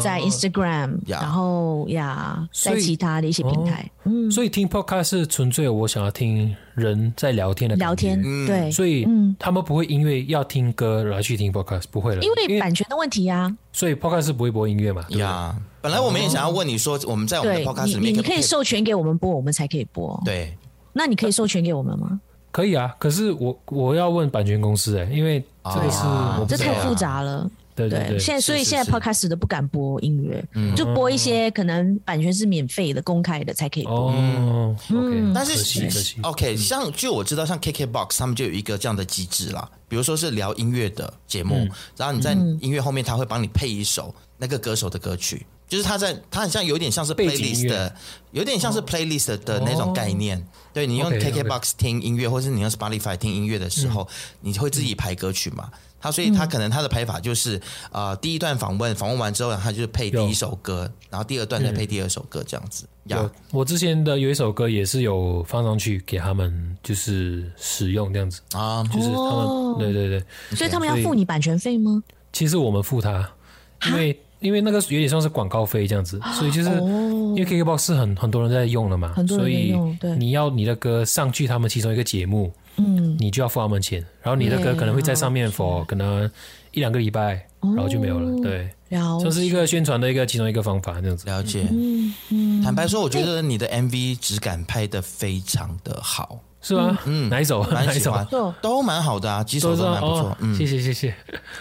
在嗯 Instagram，呀然后呀，所在以哦其他的一些平台所以听 podcast 是纯粹我想要听人在聊天的感觉聊天，对，嗯所以他们不会因为要听歌来去听 podcast，不会了，因为版权的问题啊呀，所以 podcast 是不会播音乐嘛，对吧？呀，本来我们也想要问你说，我们在我们的对 podcast 你里你面你不可以授权给我们播，我们才可以播。对那你可以授权给我们吗？可以啊，可是我我要问版权公司哎、因为这个是啊我不这知道太复杂了。对对对，现在所以是是现在 podcast 都不敢播音乐，就播一些可能版权是免费的、公开的才可以播。哦，OK，嗯嗯但是可惜可惜，嗯 OK，像据我知道，像 KKBOX 他们就有一个这样的机制啦，比如说是聊音乐的节目，嗯然后你在音乐后面，他会帮你配一首那个歌手的歌曲，就是他在他很像有点像是背景音 playlist 乐哦的，有点像是 playlist 的那种概念。对你用 OK，OK KKBOX 听音乐，或是你用 Spotify 听音乐的时候，嗯你会自己排歌曲嘛？他所以他可能他的排法就是，呃，第一段访问访问完之后，他就配第一有嗯首歌，然后第二段再配第二首歌这样子。呀有我之前的有一首歌也是有放上去给他们就是使用这样子，啊，就是他们、哦对对对，所以他们要所以付你版权费吗？其实我们付他，因啊为因为那个有点像是广告费这样子，所以就是、哦因为 KKBOX 是很很多人在用了嘛，很多人所在以用对你要你的歌上去他们其中一个节目，嗯，你就要付他们钱，然后你的歌可能会在上面 for 可能一两个礼拜，然后就没有了，对，哦了这是一个宣传的一个其中一个方法这样子。了解。嗯坦白说，我觉得你的 MV 质感拍的非常的 好，是吗？嗯，哪一首？哪蛮一喜首？欢错，都蛮好的啊，几首是都蛮不哦错。，嗯，谢谢谢谢。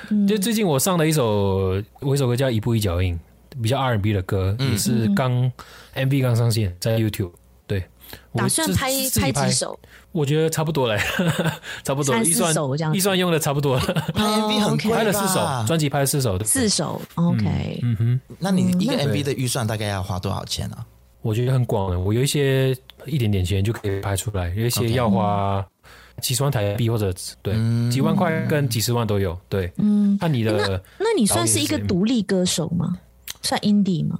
嗯就最近我上了一首，我一首歌叫《一步一脚印》，比较 R&B 的歌，也是刚 MV 刚上线在 YouTube。对，我打算自拍自己拍拍几？首？我觉得差不多了， 差不多三预四算首这样子预算用的差不多了，拍 MV 很贵吧拍了四首，专辑拍了四首。嗯对四首，OK，嗯那你嗯一个 MV 的预算大概要花多少钱啊？我觉得很广了，我有一些一点点钱就可以拍出来，有一些 OK 嗯要花几十万台币或者对几万块跟几十万都有。对，嗯，看你的，那你算是一个独立歌手吗？算 indie 吗？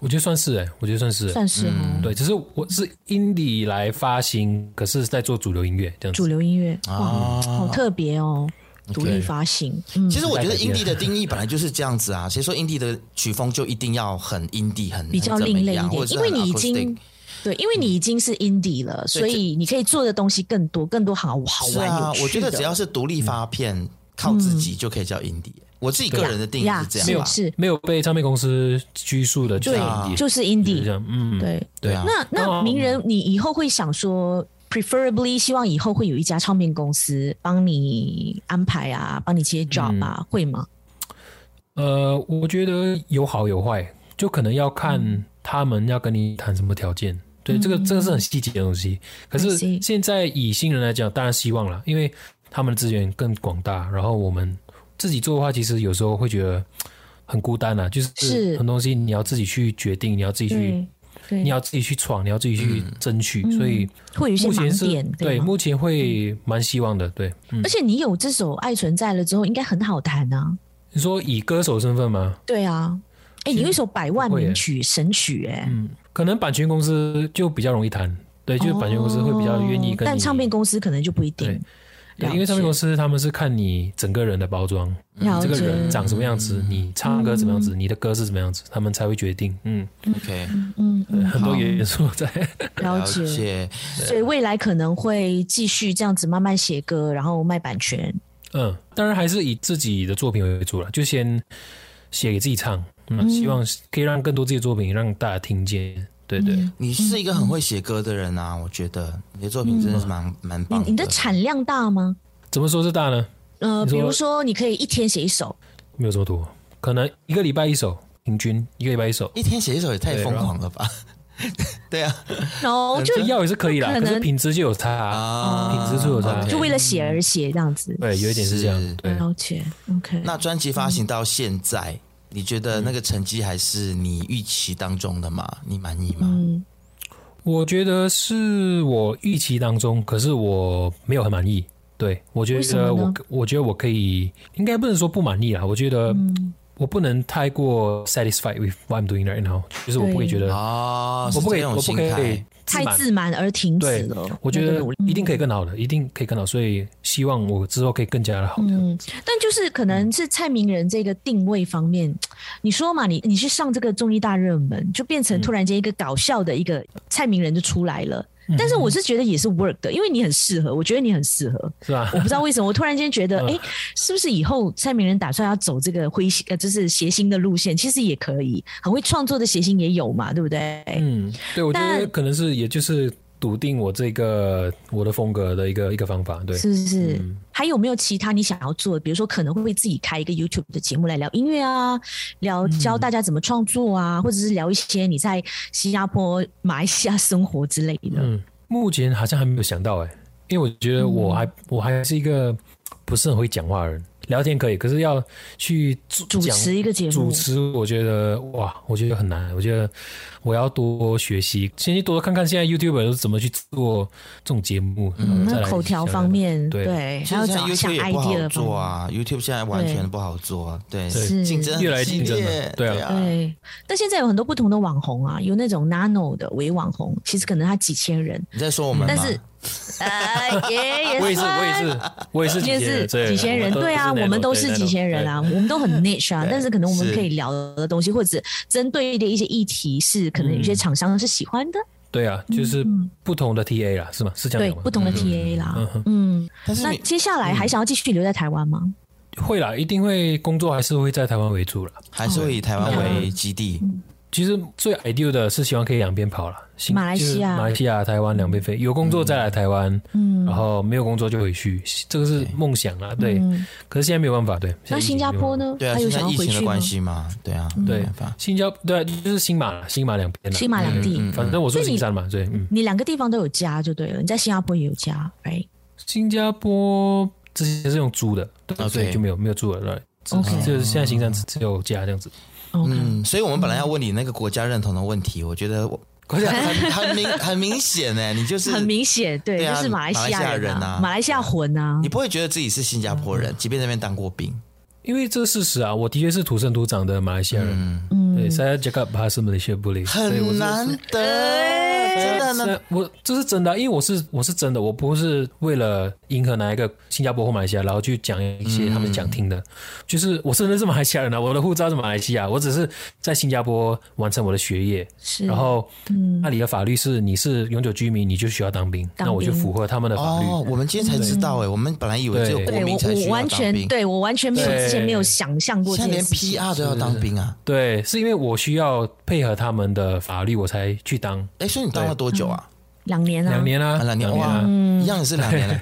我觉得算是哎，我觉得算是欸算是哦，嗯对，只是我是 indie 来发行，可是在做主流音乐这样主子。流音乐，啊哇，好特别哦，独立发行，嗯，其实我觉得嗯 indie 的定义本来就是这样子啊，谁说 indie 的曲风就一定要很 indie 很比较很怎么另类样一或点，者因是很为你已 acoustic 经。对，因为你已经是 indie 了，所以你可以做的东西更多，更多好好是玩啊有，趣的。我觉得只要是独立发片，靠自己就可以叫 indie。我嗯自己个人的定义呀是这样是啦，是，没有被唱片公司拘束的，就对嗯是 indie，就是就这 indie，样，嗯，对对啊那那名人，你以后会想说 preferably 希望以后会有一家唱片公司帮你安排啊，帮你嗯接 job 啊，会吗？呃，我觉得有好有坏，就可能要看他们要跟你谈什么条件。对，这个嗯这个是很细节的东西。可 I 是 see 现在以新人来讲，当然希望了，因为他们的资源更广大。然后我们自己做的话，其实有时候会觉得很孤单啊，就是是很多东西你要自己去决定，你要自己去，对对，你要自己去闯，你要自己去争取。所以会有一些目前嗯盲是点，对，吗？目前会蛮希望的。对，嗯，而且你有这首《爱存在》了之后，应该很好谈啊。你说以歌手身份吗？对啊，哎、你有一首百万不会耶名曲神曲、哎、嗯，可能版权公司就比较容易谈，对，就是版权公司会比较哦愿意跟但你唱片公司可能就不一定对。对，因为唱片公司他们是看你整个人的包装，嗯了嗯这解个人长什么样子，你唱歌怎么样子，你的歌是怎么样子，他们才会决定。嗯， OK，嗯，嗯很多元素在。了了解。解。所以未来可能会继续这样子慢慢写歌，然后卖版权。嗯，当然还是以自己的作品为主了，就先写给自己唱。嗯，希望可以让更多自己的作品让大家听见。对对，嗯你是一个很会写歌的人啊，我觉得你的作品真的是蛮蛮你棒你的产量大吗？怎么说是大呢？呃，你比说如说你可以一天写一首，没有这么多，可能一个礼拜一首，平均一个礼拜一首。一天写一首也太疯狂了吧？对啊，呃然后就要也是可以啦，可可能是品质就有差 啊。啊，品质是有差 OK 哦就为了写而写这样子。对，有一点是这是样。对，了解，OK。那专辑发行到现在，你觉得那个成绩还是你预期当中的吗？你满意吗？嗯，我觉得是我预期当中，可是我没有很满意。对，我觉为什么得呢我我觉得我可以，应该不能说不满意啦。我觉得嗯我不能太过 satisfied with what I'm doing right now，就是我不对会觉得哦，我不可是以这种我不心可以态。自太满。自满而停止对了。我觉那个得努力一定可以更好的，一定可以更好，所以希望我之后可以更加的好。嗯，但就是可能是蔡明仁这个定位方面，你说嘛，你你去上这个综艺大热门，就变嗯成突然间一个搞笑的一个蔡明仁就出来了。嗯但是我是觉得也是 work 的，因为你很适合，我觉得你很适合。是吧我？不知道为什么，我突然间觉嗯得，哎、是不是以后蔡明仁打算要走这个灰心呃，就是谐星的路线？其实也可以，很会创作的谐星也有嘛，对不对？嗯，对，我觉得但可能是也就是笃定我这个我的风格的一个一个方法。对，嗯是不是？还有没有其他你想要做的？比如说，可能会自己开一个 YouTube 的节目来聊音乐啊，聊嗯教大家怎么创作啊，或者是聊一些你在新加坡、马来西亚生活之类的。嗯，目前好像还没有想到哎、因为我觉得嗯我还、我还是一个不是很会讲话的人，聊天可以，可是要去主主讲持一个节主目，持，我觉得哇，我觉得很难，我觉得我要多学习，先去多看看现在 YouTube 都是怎么去做这种节目，嗯然后再那来口条想方面，对对，其还实要现在找想 YouTube 也 idea 不好的方做面。啊，YouTube 现在完全不好做啊，对，是竞争越来越激竞争了烈，对啊对啊，对，但现在有很多不同的网红啊，有那种 nano 的伪网红，其实可能他几千人，你在说我们吗？但是哎呃也也 我也是，算我也是，我也是也几千人，是几千人，我们都对啊，是我们 nano，都对是 nano，几千人啊，我们 都很 niche 啊，但是可能我们是可以聊的东西，或者针对的一些议题，是可能有嗯些厂商是喜欢的，对。对嗯啊，就是不同的 TA 啦，是吗？是这样对讲吗？不同的 TA 嗯啦哼，嗯，但是那你接下来还想要继续留在台湾吗？会啦，一定会工作还是会在台湾为主啦。还是会以台湾嗯为基地，其实最 ideal 的是希望可以两边跑了，新马来西亚就是马来西亚、台湾两边飞，有工作再来台湾，嗯然后没有工作就回去，这个是梦想啦，对。嗯可是现在没有办法，对。那新现在疫情加坡没有办法？呢？对啊，还有现在想要疫回情的去吗关？系嘛，对啊，没办对法，新加对啊，就是新马啦，新马两边啦，新马两地，嗯反正我住所以你新山嘛，对，嗯。你两个地方都有家就对了，你在新加坡也有家，right？新加坡之前是用租的，对 OK 所以就没有没有住了，对。只哦 OK 就是现在新山只只有家这样子。 OK，嗯，所以我们本来要问你那个国家认同的问题，我觉得我国家很很明很明显呢，你就是很明显，对，对啊就是马来西马来西亚亚人啊啊，马来西亚魂啊你，不会觉得自己是新加坡人，即便在那边当过兵，因为这个事实啊，我的确是土生土长的马来西亚人，嗯，对，saya Jakarta bahasa Malaysia boleh，所以我很是难得，真的呢。是我这是真的啊，因为我是我是真的，我不是为了迎合哪一个新加坡或马来西亚，然后去讲一嗯些他们想听的，就是我真的是马来西亚人啊，我的护照是马来西亚，我只是在新加坡完成我的学业，是，然后嗯那里的法律是你是永久居民，你就需要当兵，当兵那我就符合他们的法律。哦，我们今天才知道哎，我们本来以为只有对国对民我才需我要完当全兵，对我完全没有对之前没有想象过这现在件连事情。 PR 都要当兵啊！对，是因为我需要配合他们的法律，我才去当。哎，所以你当了多久啊？两年啊，两年啊，啊两年哇啊。，一样也是两年了，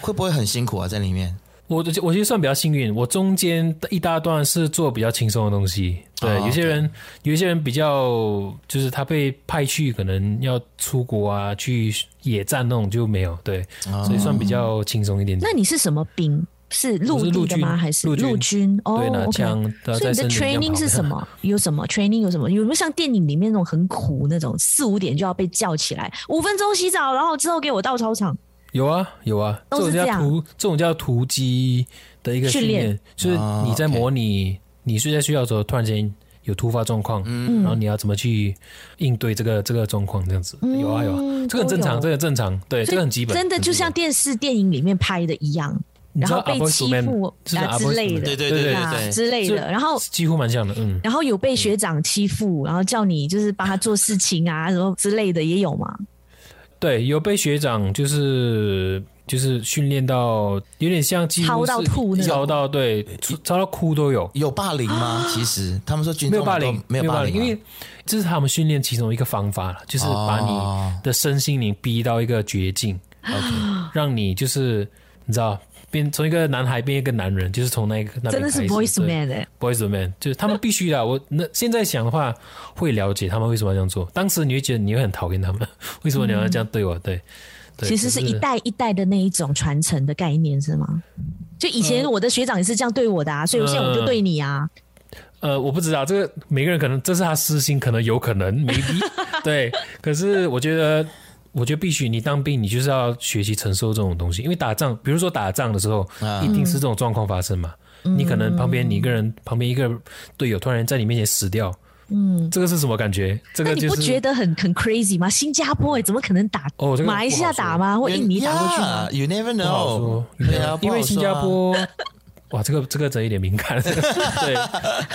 会不会很辛苦啊？在里面我的我其实算比较幸运，我中间一大段是做比较轻松的东西。对，哦有些人有一些人比较就是他被派去可能要出国啊，去野战那种就没有。对，所以算比较轻松一点点那。你是什么兵？是陆我是陆地的吗？军还是陆军军？哦对，拿，OK。枪呃所以在你的森林里 training 是什么？么？有什么 training 有什 么？有没有像电影里面那种很苦那种，四五点就要被叫起来，五分钟洗澡，然后之后给我到操场？有啊有啊，这都是种叫这样突这种叫突击的一个训训练练，就是啊你在 OK 模拟你睡在学校的时候，突然间有突发状况，嗯嗯然后你要怎么去应对这个这个状况，这样子有啊有啊，嗯这个很正常，这个很正常，对，所以这个很基本，真的就像电视电影里面拍的一样，你然知道后被 Abba 欺 Superman，负就是啊 Abba 之类 Superman，的对对对对啊对之类就的，然后几乎蛮像的，嗯，然后有被学长欺负，然后叫你就是帮他做事情啊， 然后之类的也有嘛。对，有被学长就是。就是训练到有点像几乎操是到吐那种操到对，操到哭都有。有霸凌吗？其实他们说军没有中霸都凌，没有霸霸凌，凌啊，因为这是他们训练其中一个方法了，就是把哦你的身心灵逼到一个绝境，让你就是你知道变从一个男孩变一个男人，就是从那个那真边的是开始 voice 对 man 哎、 boys man，就是他们必须的。我那现在想的话，会了解他们为什么要这样做。当时你会觉得你会很讨厌他们， 为什么你要这样对我？对，对其实是可一代一代的那一种传承的概念是吗？就以前我的学长也是这样对我的啊，所以我现在我就对你啊。呃，我不知道这个每个人可能这是他私心，可能有可能 maybe 对。可是我觉得，我觉得必须你当兵，你就是要学习承受这种东西，因为打仗，比如说打仗的时候，啊一定是这种状况发生嘛。嗯你可能旁边你一个人，旁边一个队友突然在你面前死掉，嗯，这个是什么感觉？呃这那个你就不觉是得很很 crazy 吗？新加坡哎、怎么可能打？哦这个马来西亚不好说哎打吗？或印尼打过去吗？ Yeah，You never 不好说 know，，对对啊，因为新加不好说啊坡。哇，这个这个真有点敏 感，对，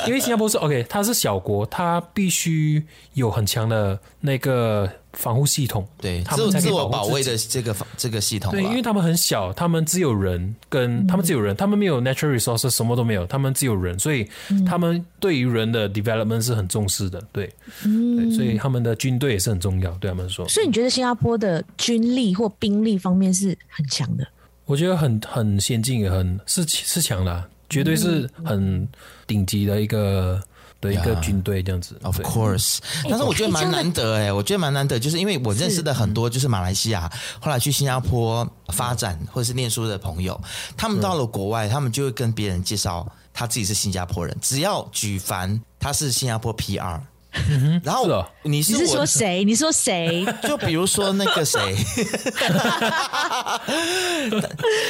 因为新加坡是 OK，它是小国，它必须有很强的那个防护系统，对他自们才可自以我保保护卫自己的这个这个系统对，因为吧。他们很小，他们只有人跟他们只有人，他们没有 natural resources，什么都没有，他们只有人，所以他们对于人的 development 是很重视的，对，对，所以他们的军队也是很重要，对他们说。所以你觉得新加坡的军力或兵力方面是很强的？我觉得很很先进，也很是是强的啊、绝对是很顶级的一个的一个 Yeah 军队这样子。 Of 对 course，但是我觉得蛮难得哎、我觉得蛮难得，就是因为我认识的很多就是马来西亚后来去新加坡发展或者是念书的朋友，他们到了国外，他们就会跟别人介绍他自己是新加坡人，只要举凡他是新加坡 PR，、然后是哦你是你我是说谁？你说 谁？就比如说那个谁，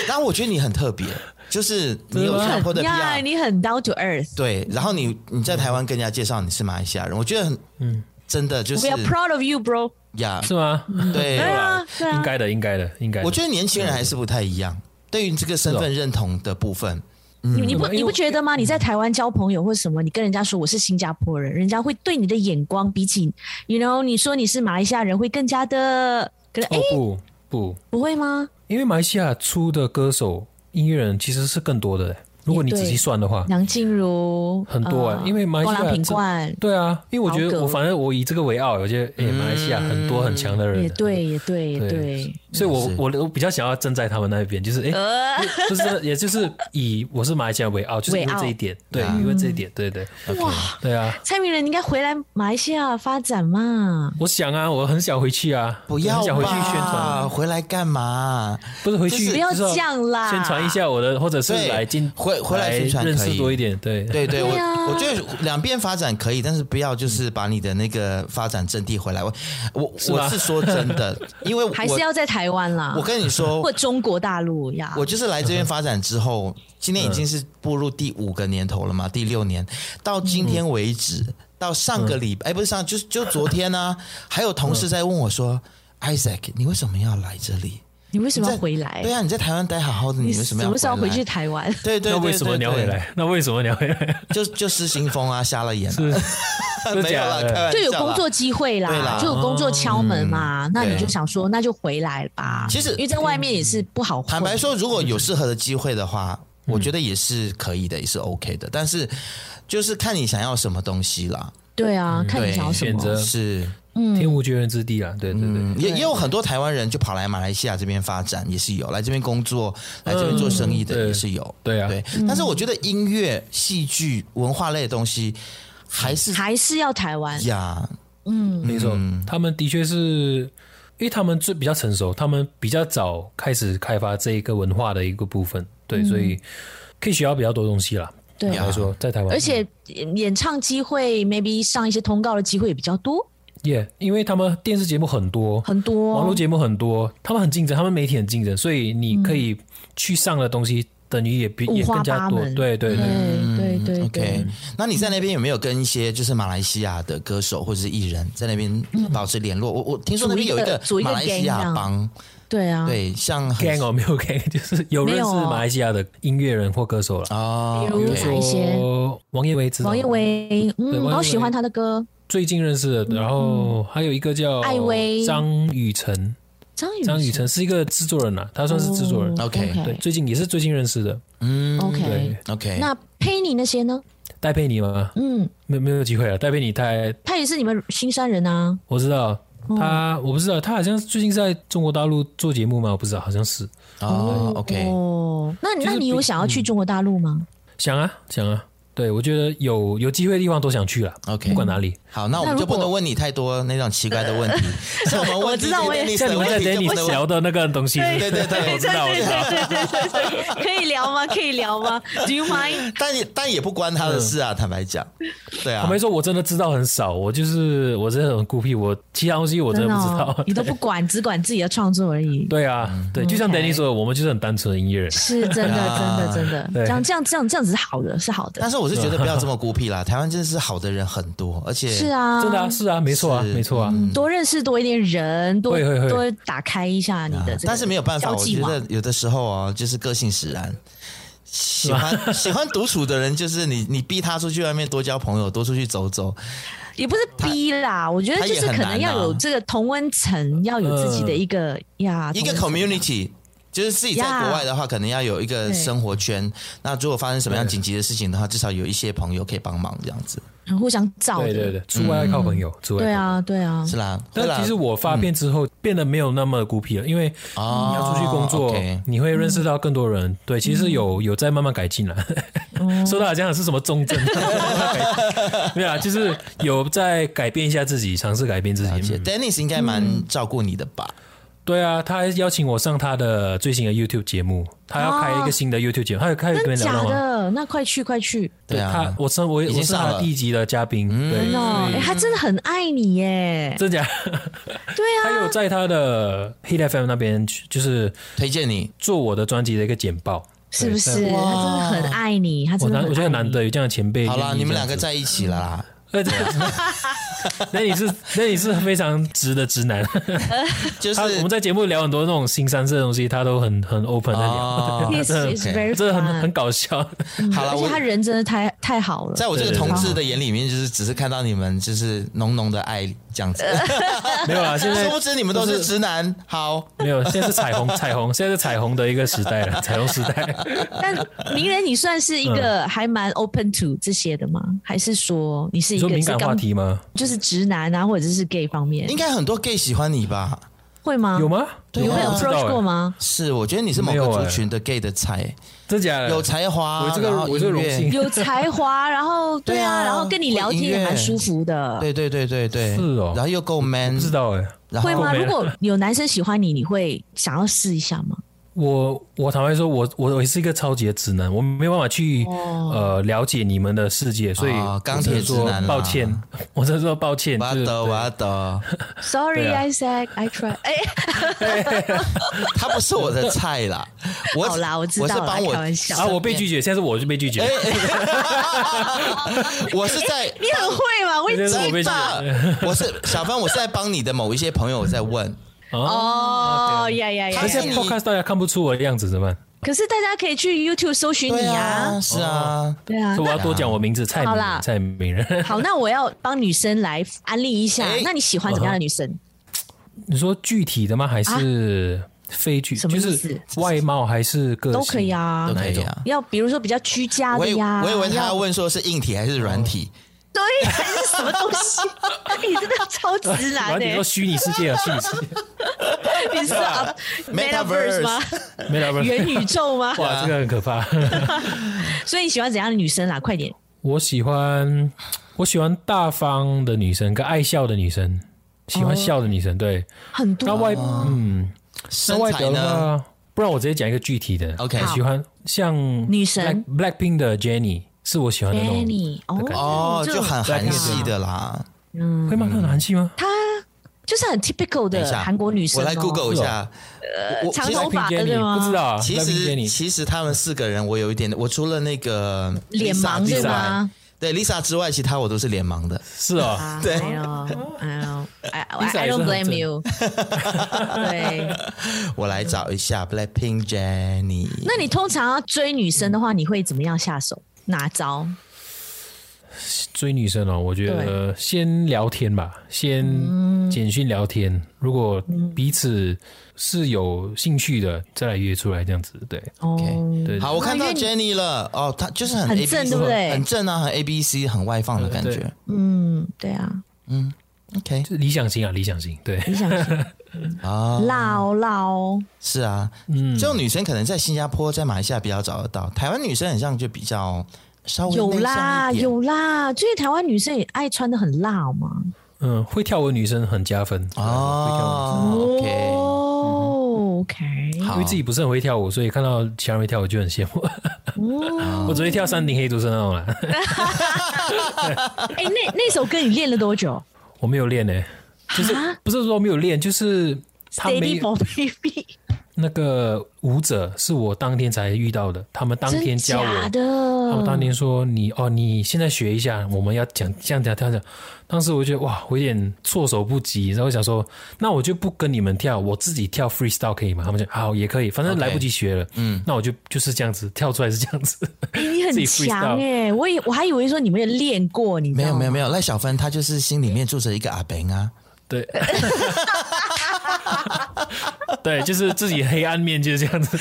然后我觉得你很特别，就是你有新加坡的 PR，呀，你很 down to earth。对，然后你你在台湾跟人家介绍你是马来西亚人，我觉得很嗯，真的就我是 We are proud of you, bro。呀是吗？对对，啊，对应啊。该的，应该的，应该的。我觉得年轻人还是不太一样，对于这个身份认同的部分，你你不因为你不觉得吗？你在台湾交朋友或什么，你跟人家说我是新加坡人，人家会对你的眼光比起，you know，你说你是马来西亚人会更加的，可能哎、哦不不，不会吗？因为马来西亚出的歌手音乐人其实是更多的，如果你也对仔细算的话。梁静茹很多啊呃因为马来西亚光良品这冠对啊，因为我觉豪得格我反正我以这个为傲，我觉得诶、哎马来西亚很多很强的人，也对也对也对对，所以我嗯是我我比较想要站在他们那边，就是诶，呃就是也就是以我是马来西亚为傲，就是因为为傲这一点，对，啊因为这一点，对对哇，对啊，蔡明仁你应该回来马来西亚发展嘛。我想啊，我很想回去啊，不要我很想回去宣传，吧，回来干嘛？不是回去不要就是这样啦宣传一下我的，或者是对来进回回来宣传认可识以多一点，对对对，我对啊我觉得两边发展可以，但是不要就是把你的那个发展阵地回来。我我是吧我是说真 的，因为我还是要在台湾啦，我跟你说或，中国大陆呀。我就是来这边发展之后，今天已经嗯是步入第五个年头了嘛，第六年，到今天为止，到上个嗯礼拜，哎，不是上，就是就昨天呢、啊还有同事在问我说、i s a a c 你为什么要来这里？你为什么要你在回来？对啊，你在台湾待好好的，你为什什么要么时候回回来去？台湾？对对对那为什么你要回？来？ 那为什么你要回来？对对就就失心疯啊，瞎了眼、啊，真 没有假啦，的开玩就有啊笑啦工作机会啦，对啦就有工作敲门嘛，嗯那你就想说，那就回来吧。其实因为在外面也是不好混，坦白说，如果有适合的机会的话，嗯我觉得也是可以的，也是 OK 的。但是就是看你想要什么东西啦。对啊，看你对想要什选么择。是，嗯天无绝人之地啊，对对对。嗯，也也有很多台湾人就跑来马来西亚这边发展，也是有来这边工作、来这边做生意的嗯对也是有。对啊对，但是我觉得音乐、戏剧、文化类的东西还是还是要台湾。呀，没错，他们的确是，因为他们最比较成熟，他们比较早开始开发这一个文化的一个部分，对，所以可以学到比较多东西啦。嗯对来说在台湾，而且演唱机会，maybe 上一些通告的机会也比较多，也、因为他们电视节目很多，很多网络节目很多，他们很竞争，他们媒体很竞争，所以你可以去上的东西，等于也比五也花更加八多，门对对对对。对对嗯 OK，那你在那边有没有跟一些就是马来西亚的歌手或者是艺人在那边保持联络？我我听说那边有一个嗯组一个马来西亚帮，对啊，对，像很 gang 哦，没有 gang，就是有认没有识哦马来西亚的音乐人或歌手了，哦比如比如哪一些说王叶维知道吗，王彦维，对嗯，王我彦好维喜欢他的歌，最近认识的，然后还有一个叫艾薇张雨晨，张雨张雨晨是一个制作人啊，他算是制作人，哦嗯 OK，对，最近也是最近认识的，对 OK， OK，那佩妮那些呢？戴佩妮嘛，嗯，没没有机会了，啊戴佩妮太他也是你们新山人啊，我知道。他我不知道，他好像最近在中国大陆做节目嘛，我不知道，好像是哦 OK，哦，那是嗯那你有想要去中国大陆吗？想啊想啊，对我觉得有有机会的地方都想去了 OK 不管哪里。好，那我们那就如果不能问你太多那种奇怪的问 题，像我们问我知道我也 Dennis 像的 你们在问题就 Dennis 不能问聊的那个东西，对对对我知哦道我知道，对对对， 可以聊吗？可以聊吗？Do you mind？但也但也不关他的事啊，坦白讲，对啊坦白，说， 嗯我真的知道很少，我就是我真的很孤僻，我其他东西我真的不知道。哦你都不管，只管自己的创作而已。对啊，嗯对，就像 OK Danny 说的，我们就是很单纯的音乐人。是真的，真的，真的，啊对这样这样这样这样子是好的，是好的但。是我是觉得不要这么孤僻 啦，台湾真的是好的人很多，而且是啊，嗯真的啊，是啊，没错啊，是没错啊。多认识多一点人，多会会会啊多打开一下你的这个交际网，但是没有办法，我觉得有的时候啊，就是个性使然。喜欢喜欢独处的人，就是你，你逼他出去外面多交朋友，多出去走走。啊也不是逼啦，我觉得就是可啊能要有这个同温层，要有自己的一个嗯呀一个同温层 community，就是自己在呀国外的话，可能要有一个对生活圈。那如果发生什么样紧急的事情的话，至少有一些朋友可以帮忙，这样子很互相照嗯的，对对对，出外靠朋友，出外。对。啊对啊，是啦。会嗯啦嗯但其实我发片之后变得没有那么孤僻了，因为哦你要出去工作 OK，嗯你会认识到更多人。对，其实有有在慢慢改进了。哦 说到好像是什么忠 贞，对啊，就是有在改变一下自己，尝试改变自而且己。 Dennis 应该蛮照顾你的吧？对啊，他还邀请我上他的最新的 YouTube 节目，他要开一个新的 YouTube 节目，他有开始哦真跟你聊假到吗？的？那快去快去，对他啊，，嗯我上我已经我是上他了第一集的嘉宾，对真的，，哎，他真的很爱你耶，真假？对他啊，有在他的 Hit FM 那边去，就是推荐你。做我的专辑的一个简报，是不是？他对真但的很爱你，他我真的难，很我觉得爱难你得有这样的前辈。好啦，你们两个，在一起了 啦。呃，对那你是那你是非常直的直男。啊就是他我们在节目聊很多那种新三色的东西，他都很很 open 在 聊，哦 Yes, it's OK very 真的很 fun 很 搞笑。好了，而且我他人真的太太好了，在我这个对对对同志的眼里面，就是只是看到你们就是浓浓的爱这样子，呃没有啦，现在 殊不知你们都是直男。好，没有，现在是彩虹彩虹，现在是彩虹的一个时代了，彩虹时 代。但名人，你算是一嗯个还蛮 open to 这些的吗？还是说你是你一说个敏是感话刚题吗？就是直男啊，或者是 gay 方面应，该很多 gay 喜欢你吧？会吗？有？吗？对啊有吗被我不知道 approach 欸过 吗？是，我觉得你是某没个有欸族群的 gay 的菜，真哎假的？有才华，我这个然后我这个音乐荣幸有才华，然后对对啊，啊然后跟你聊天也蛮舒服的，对对对对对，是哦然后又够 man，不知道哎、然后会吗？没了如果有男生喜欢你，你会想要试一下吗？我我坦白说，我我我是一个超级的直男，我没有办法去、哦呃了解你们的世界，所以哦钢铁我只是说直男啦抱歉， 我是说抱歉，我要就是得，我要 得， Sorry, 对啊 Isaac, I try。哎，他不是我的菜 啦。我好啦，我知道是了，帮我哎开，玩 笑。啊，我被拒绝，现在是我就被拒绝，哎 我是在 你很会嘛？我一现在直是我被拒吧绝，，我是小芬，我是在帮你的某一些朋友在问，啊哦呀呀呀可而是且呀！你啊 podcast 大家看不出我的样子怎么办？可是大家可以去 YouTube 搜寻对你啊，啊，是啊，对啊所以。我要多讲我名字，蔡明好啦蔡明 人。好，那我要帮女生来安利一下哎。那你喜欢怎么样的女生？你说具体的吗？还是非具？啊什么就意思是外貌还是个性都可以？啊都，可以啊。要比如说比较居家我的以呀。我以为他要要问说是硬体还是软体，对，还是什么东西？ 你真的超直男 欸然后的、你说虚拟世界啊，虚拟世界，你 是啊 Metaverse Metaverse 吗？ 没了没元了，宇宙吗？哇，这个很可怕。所以你喜欢怎样的女生啦？啊快点，我喜欢，我喜欢大方的女生，跟爱笑的女生，喜欢笑的女生。对，很那多外嗯，那哦身外材表的呢？话，不然我直接讲一个具体的。 OK 我喜欢像女神 Black Blackpink 的 Jennie 是我喜欢的那种。 Fanny 的感觉哦哦，，这就种很对韩系的啦。会吗？她很韩系吗？嗯就是很 typical 等一的下，韩国女生、我哦。呃来 Google 一下。我我长其实头发 Blackpink 的对 Jennie 吗不知道啊。其 Blackpink 实 Jennie 其实他们四个人，我有一点，我除了那个脸 Lisa 盲对之外吗？对 Lisa 之外，其他我都是脸盲的。是 哦，对哎呦，哎呦，I I- Lisa I 也 don't 是很 blame 正 you。对，我来找一下 Blackpink Jennie。那你通常要追女生的话，你会怎么样下手？哪招？追女生哦，我觉得先聊天吧，先嗯简讯聊天。如果彼此是有兴趣的，再来约出来这样子。对哦 OK 对，好，我看到因 Jenny 了，哦，她就是很很 A B 正对不对很正啊，很 A B C，很外放的感对觉。嗯，对啊， OK 就是理想型啊，理想型。对，你想啊，辣哦辣哦，是啊，嗯，这种女生可能在新加坡、在马来西亚比较找得到，台湾女生很像就比较稍哦微有内向啦一点有啦，最近台湾女生也爱穿的很辣哦嘛。嗯，会跳舞的女生很加分啊会跳舞的女生哦，OK，哦，OK，好因为自己不是很会跳舞，所以看到其他人会跳舞就很羡慕。 哦我只会跳山顶黑竹是那种啊啦，哎，那那首歌你练了多久 我没有练呢、就是啊不是说没有练，就是他没？Steady 有 for baby，那个舞者是我当天才遇到的，他们当天真教我，假他们的？当天说你哦，你现在学一下，我们要讲这样讲这样讲。当时我觉得哇，我有点措手不及，然后我想说，那我就不跟你们跳，我自己跳 freestyle 可以吗？他们就好也可以，反正 OK 来不及学了，嗯，那我就就是这样子跳出来是这样子。哎，你自很己强 freestyle 哎，我以我还以为说你们有练过，你没有没有有，没有，赖小芬她就是心里面住着一个阿伯啊，对， 对，就是自己黑暗面就是这样子。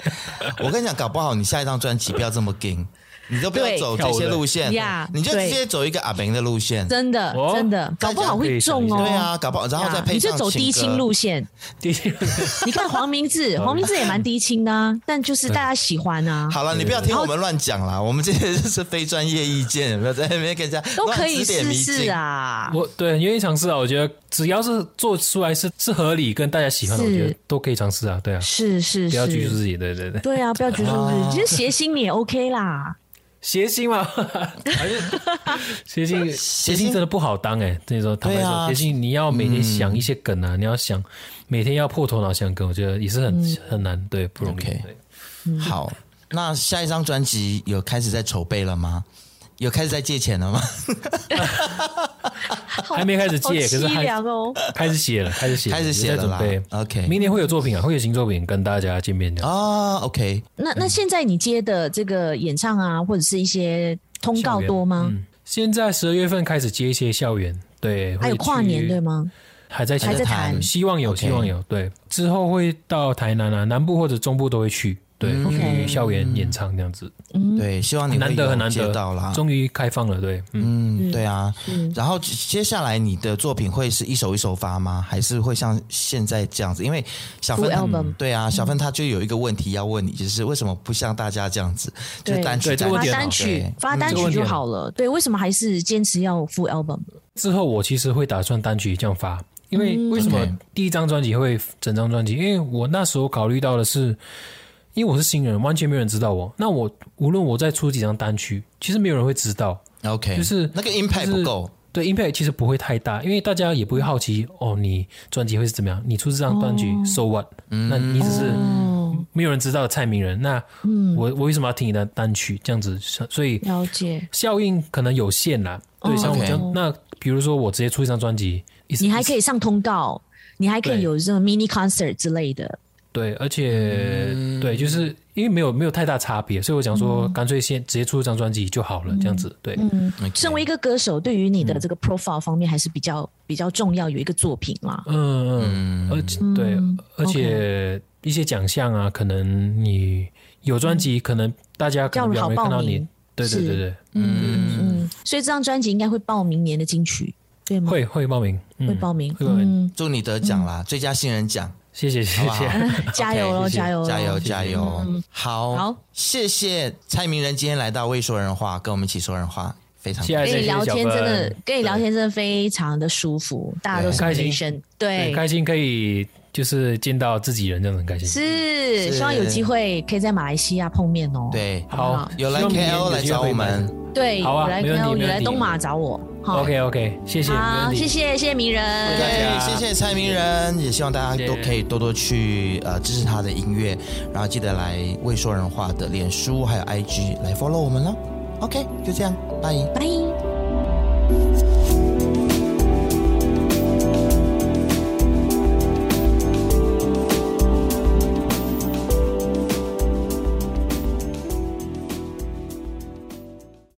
我跟你讲，搞不好你下一张专辑不要这么硬，你都不要对走这些路跳线舞的 呀，你就直接走一个阿伯的路线。真的哦真的，搞不好会中哦。对啊，搞不好然后再你配上就走低情清歌路线。第一 你看黄明 志，黄明志也蛮低清的、啊，但就是大家喜欢啊。好了，你不要听我们乱讲啦，我们这些就是非专业意见，不要在那边跟人家都乱可以指点试迷试津。啊，我对愿意尝试啊，我觉得只要是做出来是是合理跟大家喜欢的，我是觉得都可以尝试啊。对啊，是是不要拘束是，自己。对对对，对啊，不要拘束自己，其实谐星你也 OK 啦。谐 星嘛，还是谐星？谐星星真的不好当哎、那时候坦白对啊嗯说，谐星你要每天想一些梗啊，你要想每天要破头脑想梗，我觉得也是很、很难，对，不容易。 OK 对好，那下一张专辑有开始在筹备了吗？有开始在借钱了吗？ 还没开始好借，可是凄还凉哦。开始写了，开始写了，开始写有了在啦准备。 OK 明年会有作品啊，会有新作品跟大家见面的。啊，OK、那那现在你接的这个演唱啊，或者是一些通告校园多吗？现在十二月份开始接一些校园，对，还有嗯会跨去年对？吗？还在还在谈谈，希望有， OK 希望有。对，之后会到台南啊，南部或者中部都会去，对，嗯去校园演唱这样子， o k 对，希望你会难得有很难接到啦得，。终于开放了，对，嗯，嗯，对啊。然后接下来你的作品会是一首一首发吗？还是会像现在这样子？因为小芬 Full album 对啊，小芬她就有一个问题要问你，就是为什么不像大家这样子，就对单曲对这个发问题很单好曲对，发单这个曲问题就很好好了。对，为什么还是坚持要 full album？之后我其实会打算单曲这样发，因为为什么 OK 第一张专辑会整张专辑？因为我那时候考虑到的是。因为我是新人，完全没有人知道我。那我无论我再出几张单曲，其实没有人会知道。嗯 OK，就是那个 impact 就是不够。对 impact 其实不会太大，因为大家也不会好奇嗯哦，你专辑会是怎么样？你出这张单曲、s o what？、那嗯你只是哦没有人知道的蔡明人，那我我为什么要听你的单曲？这样子，所以了解，效应可能有限啦。哦对，像我这样 OK 那比如说我直接出一张专辑，一你还可以上通告，你还可以对有这种 mini concert 之类的。对，而且、嗯对，就是因为没有没有太大差别，所以我想说，干脆先直接出一张专辑就好了，嗯这样子。对，身为一个歌手，对于你嗯的这个 profile 方面还是比较比较重要，有一个作品啦。嗯，嗯，而且对，而且一些奖项啊，可能你有专辑，可能大家可能这比样较好没看到报名你。对对是对对，嗯嗯，所以这张专辑应该会报明年的金曲，对吗？会会报名，嗯会报名，会报名，嗯，祝你得奖啦，最佳新人奖。谢谢谢好不好谢， 加油喽，谢谢加油咯，嗯加油加油！好，好，谢谢蔡明仁今天来到未说人话，跟我们一起说人话，非常谢谢跟你哎聊天小真芬的，跟你聊天真的非常的舒服，大家都是对很开心女生，很对，开心可以就是见到自己人，这样很开心。是，是希望有机会可以在马来西亚碰面哦。对。好，有来希望明年 KL 来有机会找可以我们，对，好啊我来没问题跟你没问来题东马找我，好 OK OK，谢谢，没好，问题谢谢谢谢鸣人，大对家，谢谢蔡明仁，也希望大家都谢谢可以多多去呃支持他的音乐，然后记得来未说人话的脸书还有 IG 来 follow 我们了。OK，就这样，拜。拜。